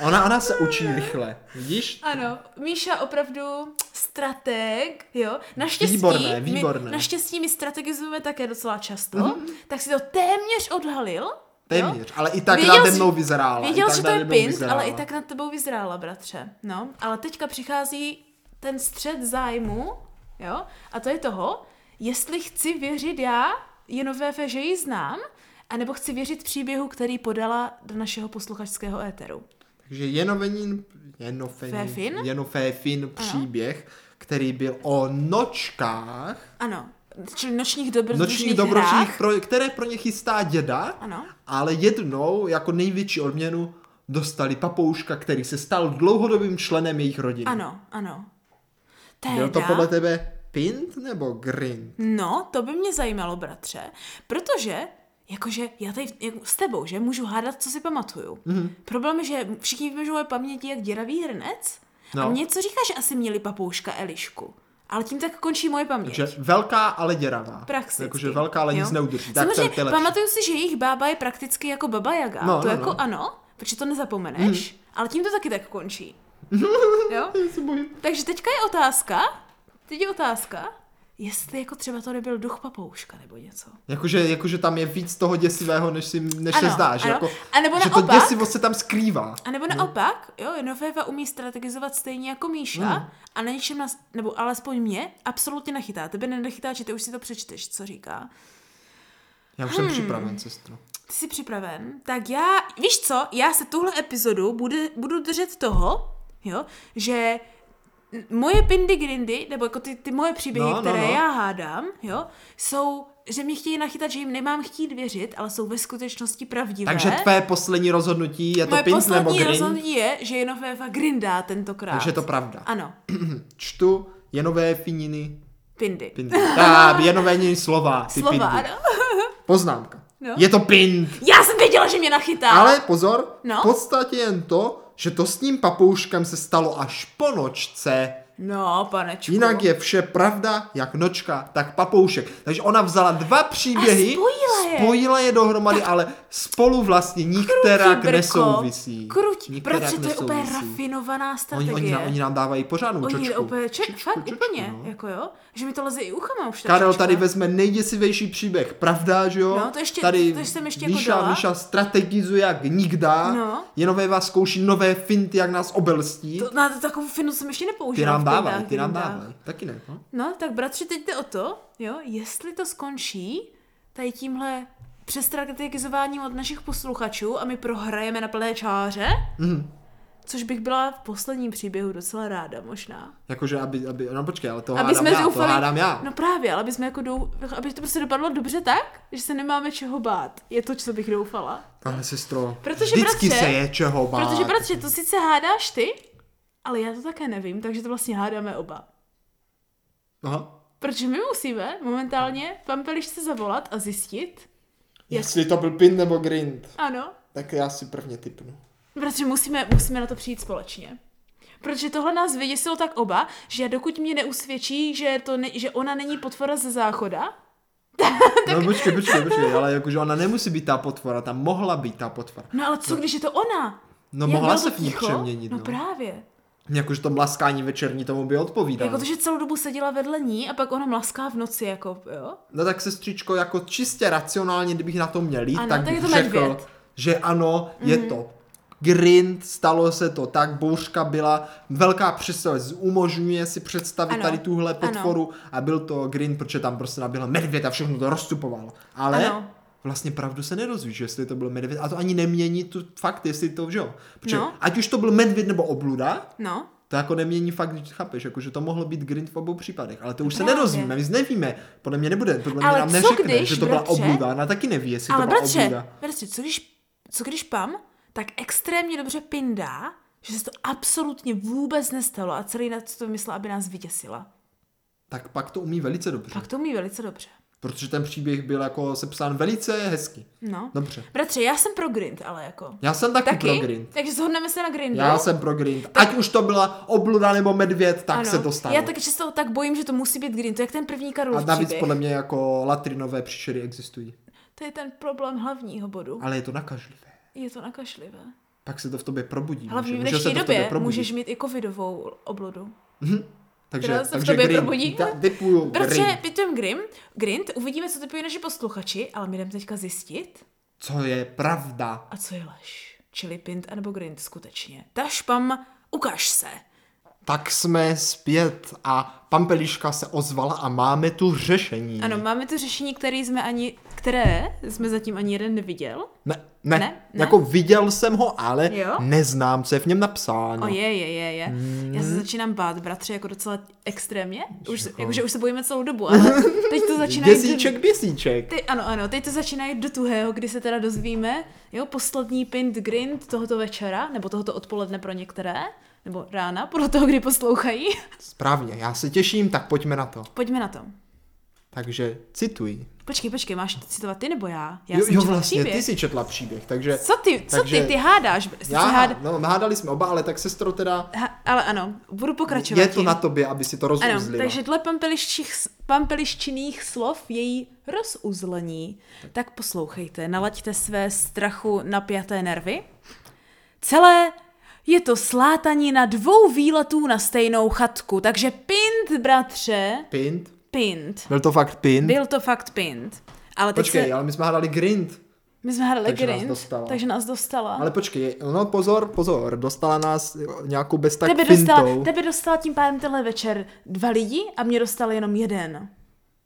S1: Ona, ona se učí rychle, vidíš?
S2: Ano, Míša opravdu strateg, jo. Naštěstí,
S1: Výborné, výborné. Mhm.
S2: My, naštěstí my strategizujeme také docela často, mm-hmm. tak si to téměř odhalil. Jo?
S1: Téměř, ale i tak
S2: Věděl
S1: nade
S2: jsi-
S1: mnou vyzrála. i
S2: Věděl,
S1: tak
S2: že to je
S1: nade mnou
S2: pint,
S1: vyzrála.
S2: ale i tak nad tebou vyzrála, bratře. No, ale teďka přichází ten střed zájmu, jo, a to je toho, jestli chci věřit já, Jenovéfe, že ji znám, anebo chci věřit příběhu, který podala do našeho posluchačského éteru.
S1: Takže Jenovenin, Jenofenin,
S2: Féfin?
S1: Jenoféfin příběh, který byl o nočkách,
S2: Ano, čili nočních dobrodružných
S1: nočních
S2: hrách.
S1: dobrodružích, pro, které pro ně chystá děda.
S2: Ano.
S1: Ale jednou, jako největší odměnu, dostali papouška, který se stal dlouhodobým členem jejich rodiny.
S2: Ano, ano. Teda,
S1: Byl to podle tebe pint nebo grin?
S2: No, to by mě zajímalo, bratře, protože jakože já tady jak, s tebou, že můžu hádat, co si pamatuju. Mm-hmm. Problém je, že všichni víme, že moje paměti je jak děravý hrnec no. a
S1: No.
S2: mě co říká, že asi měli papouška Elišku. Ale tím tak končí moje paměť.
S1: Že velká, ale děravá.
S2: Prakticky.
S1: Jakože Jako, velká, ale
S2: jo.
S1: nic neudrží. Tak
S2: Samozřejmě,
S1: to je lepší.
S2: pamatuju si, že jejich bába je prakticky jako Baba Jaga.
S1: No,
S2: to
S1: no,
S2: jako
S1: no. Mhm.
S2: ano, protože to nezapomeneš, ale tím to taky
S1: <laughs>
S2: tak končí. jo?
S1: Já se bojím.
S2: Takže teďka je otázka, teď je otázka, jestli jako třeba to nebyl duch papouška nebo něco.
S1: Jakože, jakože tam je víc toho děsivého, než, si, než se
S2: Ano,
S1: zdá. Že,
S2: ano.
S1: jako,
S2: A nebo
S1: že to
S2: naopak-
S1: děsivost se tam skrývá.
S2: A nebo naopak, jo, Jenovéva umí strategizovat stejně jako Míša
S1: Hmm.
S2: a na ničem nás, nebo alespoň mě, absolutně nechytá. Tebe nenechytá, že ty už si to přečteš, co říká.
S1: Já už jsem
S2: Hmm.
S1: připraven, sestro.
S2: Ty jsi připraven? Tak já, víš co, já se tuhle epizodu budu, budu držet toho, jo, že n- moje pindy grindy, nebo jako ty, ty moje příběhy,
S1: No, no,
S2: které
S1: no.
S2: já hádám, jo, jsou, že mě chtějí nachytat, že jim nemám chtít věřit, ale jsou ve skutečnosti pravdivé.
S1: Takže tvé poslední rozhodnutí je to
S2: Moje
S1: pint nebo
S2: poslední
S1: grin?
S2: rozhodnutí je, že Jenovéva grindá tentokrát.
S1: Takže je to pravda.
S2: Ano,
S1: Čtu Jenové fininy
S2: Pindy.
S1: Pindy. A, věnovení slova. Ty
S2: Slova,
S1: pindy.
S2: ano.
S1: Poznámka.
S2: No.
S1: Je to pind.
S2: Já jsem věděla, že mě nachytá.
S1: Ale pozor,
S2: No.
S1: v podstatě jen to, že to s tím papouškem se stalo až po nočce.
S2: No, panečku.
S1: Jinak je vše pravda, jak nočka, tak papoušek. Takže ona vzala dva příběhy,
S2: A spojila je.
S1: spojila je dohromady, ale spolu vlastně nikterak
S2: Brko.
S1: nesouvisí.
S2: Krutí,
S1: Nikterak
S2: protože to je úplně
S1: nesouvisí.
S2: rafinovaná
S1: Oni,
S2: strategie.
S1: oni, na- oni nám dávají pořádnou
S2: Oni
S1: čočku.
S2: úplně, ček, čočku, fakt,
S1: čočku,
S2: úplně,
S1: no.
S2: jako jo, že mi to leze i uchama už ta
S1: Karel
S2: čočka.
S1: tady vezme nejděsivější příběh, pravda, že jo?
S2: No, to ještě-
S1: tady
S2: to jsem ještě jako
S1: Míša,
S2: dala.
S1: Míša strategizuje jak nikda,
S2: No.
S1: jenové vás zkouší nové finty, jak nás obelstí.
S2: To, na takovou finu jsem ještě nepoužila.
S1: Ty nám
S2: v pindách,
S1: dávají, ty nám
S2: v pindách.
S1: dávají. Taky ne, no?
S2: No, tak bratři, teď jde o to, jo, jestli to skončí tady tímhle přestrategizováním od našich posluchačů a my prohrajeme na plné čáře,
S1: Mhm.
S2: což bych byla v posledním příběhu docela ráda možná.
S1: Jakože, aby, aby, no počkej, ale to
S2: Aby
S1: hádám
S2: jsme
S1: já,
S2: zoufali.
S1: to hádám já.
S2: No právě, ale aby, jsme jako dou... aby to prostě dopadlo dobře tak, že se nemáme čeho bát. Je to, co bych doufala.
S1: Ale sestro,
S2: Protože
S1: vždycky
S2: bratře-
S1: se je čeho bát.
S2: Protože, bratře, to sice hádáš ty, ale já to také nevím, takže to vlastně hádáme oba.
S1: Aha.
S2: Protože my musíme momentálně pampelišce zavolat a zjistit,
S1: Jestli to byl pin nebo grind,
S2: ano,
S1: tak já si prvně <laughs> typnu.
S2: protože musíme, musíme na to přijít společně. Protože tohle nás vyděsilo tak oba, že dokud mě neusvědčí, že, to ne, že ona není potvora ze záchoda,
S1: No počkej, počkej, počkej, ale jakože ona nemusí být ta potvora, tam mohla být ta potvora.
S2: no ale co když je to ona?
S1: No,
S2: Jak
S1: mohla
S2: bylo
S1: se
S2: to
S1: v ní
S2: ticho?
S1: přeměnit,
S2: No,
S1: no.
S2: právě.
S1: Jakože to mlaskání večerní tomu by odpovídalo.
S2: Jako to, že celou dobu seděla vedle ní a pak ona mlaská v noci, jako, jo?
S1: No tak sestřičko, jako čistě racionálně, kdybych na to měl jít,
S2: Ano,
S1: tak
S2: tak je
S1: bych
S2: to
S1: řekl,
S2: medvěd. Mhm.
S1: že ano, je to grind, stalo se to tak, bouřka byla velká představa, umožňuje si představit
S2: Ano,
S1: tady tuhle
S2: ano.
S1: potvoru a byl to grind, protože tam prostě nabyl medvěd a všechno to rozstupovalo. Ale
S2: Ano.
S1: vlastně pravdu se nedozvíš, jestli to byl medvěd a to ani nemění tu fakt, jestli to, že jo. Protože
S2: No.
S1: ať už to byl medvěd nebo obluda,
S2: No.
S1: to jako nemění fakt, že chápeš, jako, že to mohlo být grind v obou případech, ale to už se
S2: Právě.
S1: nedozvíme, my nevíme, podle mě nebude, podle mě
S2: Ale
S1: nám
S2: co
S1: neřekne,
S2: když,
S1: že to byla
S2: bratře?
S1: obluda, ona taky neví, jestli
S2: Ale
S1: to byla
S2: bratře,
S1: obluda.
S2: bratře, co když, co když Pam tak extrémně dobře pindá, že se to absolutně vůbec nestalo a celý nad to vymyslela, aby nás vyděsila.
S1: Tak pak to umí velice dobře,
S2: Pak to umí velice dobře.
S1: protože ten příběh byl jako sepsán velice hezky,
S2: No.
S1: dobře.
S2: Bratře, já jsem pro grind, ale jako.
S1: Já jsem taky,
S2: Taky?
S1: pro grind.
S2: Takže shodneme se na grindu.
S1: Já jsem pro grind. Ať už to byla obluda nebo medvěd, tak se to stalo.
S2: Já taky se toho tak bojím, že to musí být grind. To je jak ten první
S1: A
S2: Karolův
S1: navíc
S2: příběh.
S1: podle mě jako latrinové příšery existují.
S2: To je ten problém hlavního bodu.
S1: Ale je to nakažlivé.
S2: Je to nakašlivé.
S1: Pak se to v tobě probudí.
S2: Hlavně v
S1: může, může se
S2: dnešní
S1: to v tobě
S2: době
S1: probudit.
S2: můžeš mít i covidovou obludu.
S1: takže,
S2: která se v
S1: takže
S2: tobě
S1: grind.
S2: probudí.
S1: Ta- Typuju grind.
S2: Bratře, pitujeme Grim, Grind, uvidíme, co typují naši posluchači, ale my jdeme teďka zjistit,
S1: co je pravda.
S2: a co je lež. Čili Pint anebo Grind skutečně. Ta špam, ukáž se.
S1: Tak jsme zpět a Pampeliška se ozvala a máme tu řešení.
S2: Ano, máme to řešení, které jsme ani, které jsme zatím ani jeden neviděl.
S1: Ne, ne,
S2: Ne,
S1: ne,
S2: ne.
S1: jako viděl jsem ho, ale
S2: Jo?
S1: neznám, co je v něm napsáno.
S2: O je, je, je, je. Já se začínám bát, bratře, jako docela extrémně. Už,
S1: Jako-
S2: jakože už se bojíme celou dobu, ale teď to začíná jít do-
S1: Běsíček, běsíček.
S2: Teď, ano, ano, teď to začíná jít do tuhého, kdy se teda dozvíme, jo, poslední pint grind tohoto večera, nebo tohoto odpoledne pro některé, nebo rána, podle toho, kdy poslouchají. <laughs>
S1: Správně, já se těším, tak pojďme na to.
S2: Pojďme na to.
S1: Takže cituji.
S2: Počkej, počkej, máš to citovat ty nebo já? Já
S1: jo,
S2: jsem
S1: jo
S2: četla
S1: vlastně,
S2: příběh.
S1: ty jsi četla příběh, takže...
S2: Co ty, co
S1: Takže-
S2: ty, ty hádáš? Jsi
S1: já,
S2: hád...
S1: no, hádali jsme oba, ale tak sestro teda...
S2: ha, ale ano, budu pokračovat.
S1: Je to
S2: tím.
S1: na tobě, aby si to
S2: Ano,
S1: rozuzlila.
S2: takže dle pampeliščích, pampeliščiných slov její rozuzlení. Tak poslouchejte, nalaďte své strachu napjaté nervy. Celé je to slátanina dvou výletů na stejnou chatku, takže pint, bratře,
S1: Pint?
S2: pint.
S1: Byl to fakt pint?
S2: Byl to fakt pint. Ale teď
S1: Počkej,
S2: se,
S1: ale my jsme hádali grind.
S2: my jsme hráli
S1: takže nás
S2: grind,
S1: dostala.
S2: takže nás dostala.
S1: Ale počkej, no pozor, pozor, dostala nás nějakou bez tak
S2: tebe,
S1: fintou.
S2: dostala, tebe dostala tím pádem tenhle večer dva lidi a mě dostal jenom jeden.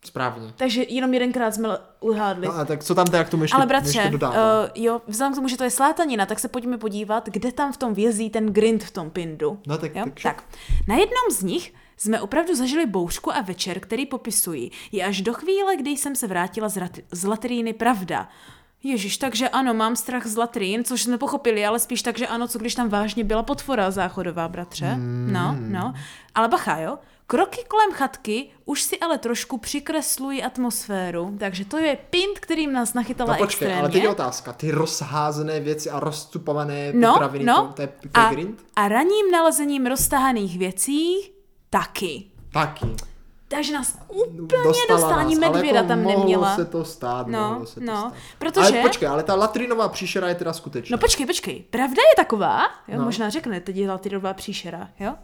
S1: Správně.
S2: Takže jenom jedenkrát jsme l- uhádli.
S1: No a tak co tam teda k tomu ještě,
S2: Ale bratře,
S1: ještě
S2: uh,
S1: dodává?
S2: jo, vzhledem k tomu, že to je slátanina, tak se pojďme podívat, kde tam v tom vězí ten grind v tom pindu.
S1: No tak-
S2: jo?
S1: tak šup.
S2: tak. Na jednom z nich jsme opravdu zažili bouřku a večer, který popisuji. Je až do chvíle, kdy jsem se vrátila z, rat- z lateríny pravda. Ježíš, takže ano, mám strach z latrín, což jsme pochopili, ale spíš tak, že ano, co když tam vážně byla potvora záchodová, bratře. No,
S1: Hmm.
S2: no. Ale bacha, jo? Kroky kolem chatky už si ale trošku přikreslují atmosféru, takže to je pint, kterým nás nachytala
S1: No počkej,
S2: extrémně.
S1: ale teď je otázka. Ty rozházené věci a rozcupované
S2: No,
S1: potraviny,
S2: no.
S1: to, to je, to je
S2: a,
S1: grind?
S2: a raním nalezením roztahaných věcí taky.
S1: Taky.
S2: Takže nás úplně dostala ani
S1: No, nás, ale
S2: medvěda
S1: jako
S2: tam
S1: mohlo
S2: neměla.
S1: se to stát,
S2: No,
S1: mohlo se to
S2: no,
S1: stát.
S2: protože-
S1: Ale počkej, ale ta latrinová příšera je teda skutečná.
S2: No počkej, počkej, pravda je taková, jo,
S1: No.
S2: no. možná řekne, teď je latrínová příšera, jo?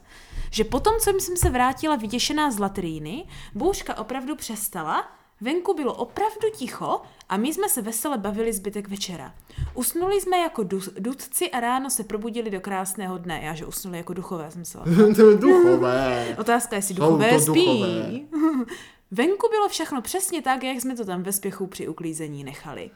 S2: Že potom, co jsem se vrátila vyděšená z latríny, bouřka opravdu přestala, venku bylo opravdu ticho a my jsme se vesele bavili zbytek večera. Usnuli jsme jako du- dudci a ráno se probudili do krásného dne. Já, že usnuli jako duchové, jsem myslela.
S1: <laughs> to je
S2: <laughs>
S1: duchové.
S2: Otázka, jestli
S1: Jsou to
S2: duchové spí.
S1: duchové.
S2: <laughs> Venku bylo všechno přesně tak, jak jsme to tam ve spěchu při uklízení nechali.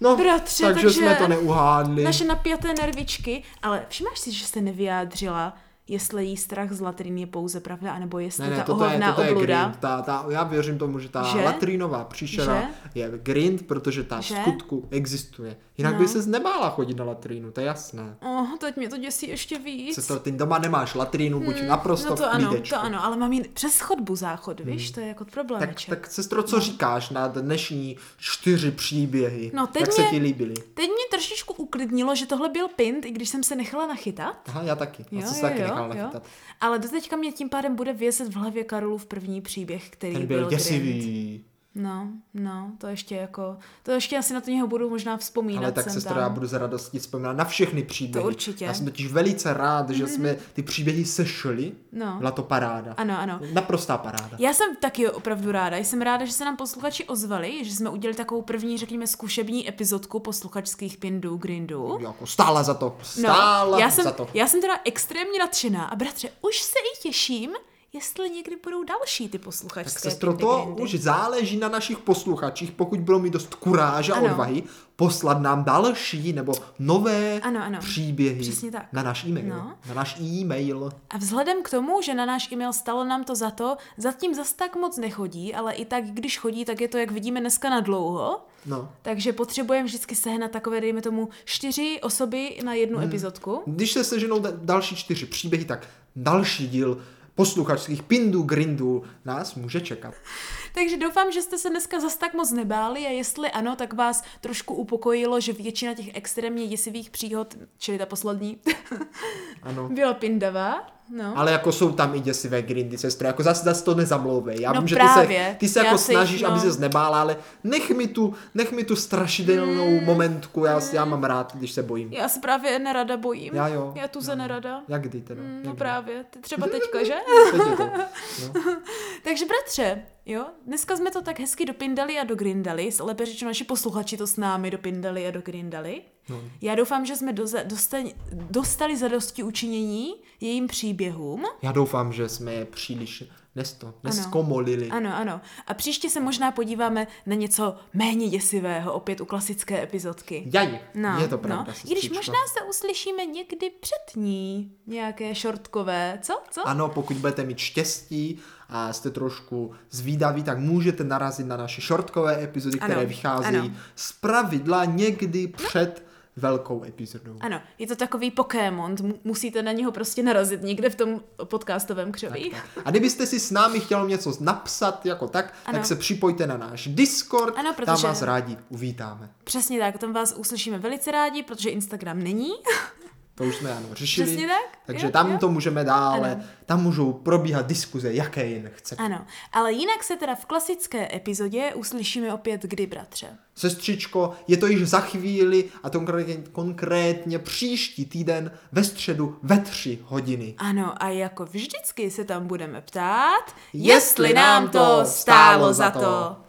S1: No,
S2: Bratře,
S1: takže,
S2: takže-
S1: jsme to neuhádli.
S2: Naše napjaté nervičky, ale všimáš si, že jste nevyjádřila, jestli jí strach z latrin je pouze pravda, anebo jestli
S1: Ne, ne,
S2: ta
S1: toto je,
S2: ohavná
S1: toto je
S2: obluda.
S1: grind. Ta, ta, já věřím tomu, že ta
S2: Že?
S1: latrinová příšera je grind, protože ta
S2: Že?
S1: v skutku existuje. Jinak
S2: No.
S1: by se nebála chodit na latrínu, to je jasné.
S2: Oh, teď mě to děsí ještě víc.
S1: Se to, ty doma nemáš latrínu, buď naprosto
S2: no to
S1: v
S2: ano,
S1: klídečku.
S2: to ano, ale mám jí přes chodbu záchod, víš, to No. je jako
S1: Tak,
S2: problémeček.
S1: tak sestro, co říkáš na dnešní čtyři příběhy?
S2: No, teď
S1: Jak se
S2: mě-
S1: ti líbily?
S2: Teď mě trošičku uklidnilo, že tohle byl pint, i když jsem se nechala nachytat.
S1: Aha, já taky. Já jsem No se taky nechal nachytat.
S2: Ale doteďka mě tím pádem bude vězet v hlavě Karolův první příběh, který
S1: Ten byl
S2: grind.
S1: děsivý.
S2: No, no, to ještě jako, to ještě asi na to něho budu možná vzpomínat
S1: Ale tak
S2: sem
S1: sestro,
S2: tam.
S1: já budu za radostí vzpomínat na všechny příběhy.
S2: To určitě. Mhm.
S1: Já jsem totiž velice rád, že jsme ty příběhy sešly.
S2: No.
S1: Byla to paráda.
S2: Ano, ano.
S1: Naprostá paráda.
S2: Já jsem taky opravdu ráda. Jsem ráda, že se nám posluchači ozvali, že jsme udělali takovou první, řekněme, zkušební epizodku posluchačských pindů Grindů.
S1: Jako stála za to. Stála
S2: No, já jsem,
S1: za to.
S2: já jsem teda extrémně nadšená a bratře, už se i těším, jestli někdy budou další ty posluchačské
S1: Tak sestro,
S2: pindy
S1: to
S2: Grindy.
S1: už záleží na našich posluchačích, pokud budou mít dost kuráže a
S2: Ano.
S1: odvahy poslat nám další nebo nové
S2: Ano, ano.
S1: příběhy
S2: Přesně tak.
S1: na náš e-mail.
S2: No.
S1: Na náš e-mail.
S2: A vzhledem k tomu, že na náš e-mail stalo nám to za to, zatím zas tak moc nechodí, ale i tak, když chodí, tak je to, jak vidíme dneska, na dlouho.
S1: No.
S2: Takže potřebujeme vždycky sehnat takové, dejme tomu, čtyři osoby na jednu
S1: Hmm.
S2: epizodku.
S1: Když se seženou da- další čtyři příběhy, tak další díl posluchačských pindů, grindů nás může čekat.
S2: Takže doufám, že jste se dneska zas tak moc nebáli a jestli ano, tak vás trošku upokojilo, že většina těch extrémně děsivých příhod, čili ta poslední, <laughs>
S1: Ano.
S2: byla pindavá. No.
S1: Ale jako jsou tam i děsivé grindy, sestro, jako zase, zase to nezamlouvej. Já
S2: No
S1: vím, že
S2: právě.
S1: ty se, ty se
S2: Já
S1: jako
S2: se jich,
S1: snažíš,
S2: no.
S1: aby ses nebála, ale nech mi tu, nech mi tu
S2: Mm.
S1: strašidelnou momentku, já, já mám rád, když se bojím.
S2: Já se právě nerada bojím.
S1: Já jo.
S2: Já tu
S1: Já
S2: za
S1: jo.
S2: nerada.
S1: Jak kdy teda?
S2: Mm,
S1: Jak
S2: No
S1: kdy?
S2: právě, ty třeba
S1: <laughs>
S2: teďka, že?
S1: Teď je to. No.
S2: Takže bratře, jo, dneska jsme to tak hezky dopindali a dogrindali, lépe řečeno naši posluchači to s námi dopindali a dogrindali.
S1: No.
S2: Já doufám, že jsme doza- dostali, dostali zadosti učinění jejím příběhům.
S1: Já doufám, že jsme je příliš nesto, neskomolili.
S2: Ano, ano. A příště se možná podíváme na něco méně děsivého, opět u klasické epizodky.
S1: Jaj,
S2: No,
S1: je to pravda.
S2: no. I když
S1: sestřičko.
S2: možná se uslyšíme někdy před ní, nějaké šortkové, co, co?
S1: Ano, pokud budete mít štěstí a jste trošku zvídaví, tak můžete narazit na naše shortkové epizody,
S2: Ano,
S1: které vycházejí
S2: ano.
S1: z pravidla někdy před velkou epizodou.
S2: Ano, je to takový Pokémon, mu- musíte na něho prostě narazit někde v tom podcastovém křoví.
S1: A kdybyste si s námi chtěl něco napsat jako tak,
S2: Ano.
S1: tak se připojte na náš Discord, tam
S2: Ano, protože-
S1: vás rádi uvítáme.
S2: Přesně tak, tam vás uslyšíme velice rádi, protože Instagram není. <laughs>
S1: To už jsme ano řešili.
S2: Přesně tak,
S1: Takže
S2: jo,
S1: tam
S2: jo.
S1: to můžeme dále,
S2: Ano.
S1: tam můžou probíhat diskuze, jaké jen chcete.
S2: Ano, ale jinak se teda v klasické epizodě uslyšíme opět kdy, bratře.
S1: Sestřičko, je to již za chvíli a to konkrétně, konkrétně příští týden ve středu ve tři hodiny.
S2: Ano, a jako vždycky se tam budeme ptát,
S1: Jestli nám to stálo za to.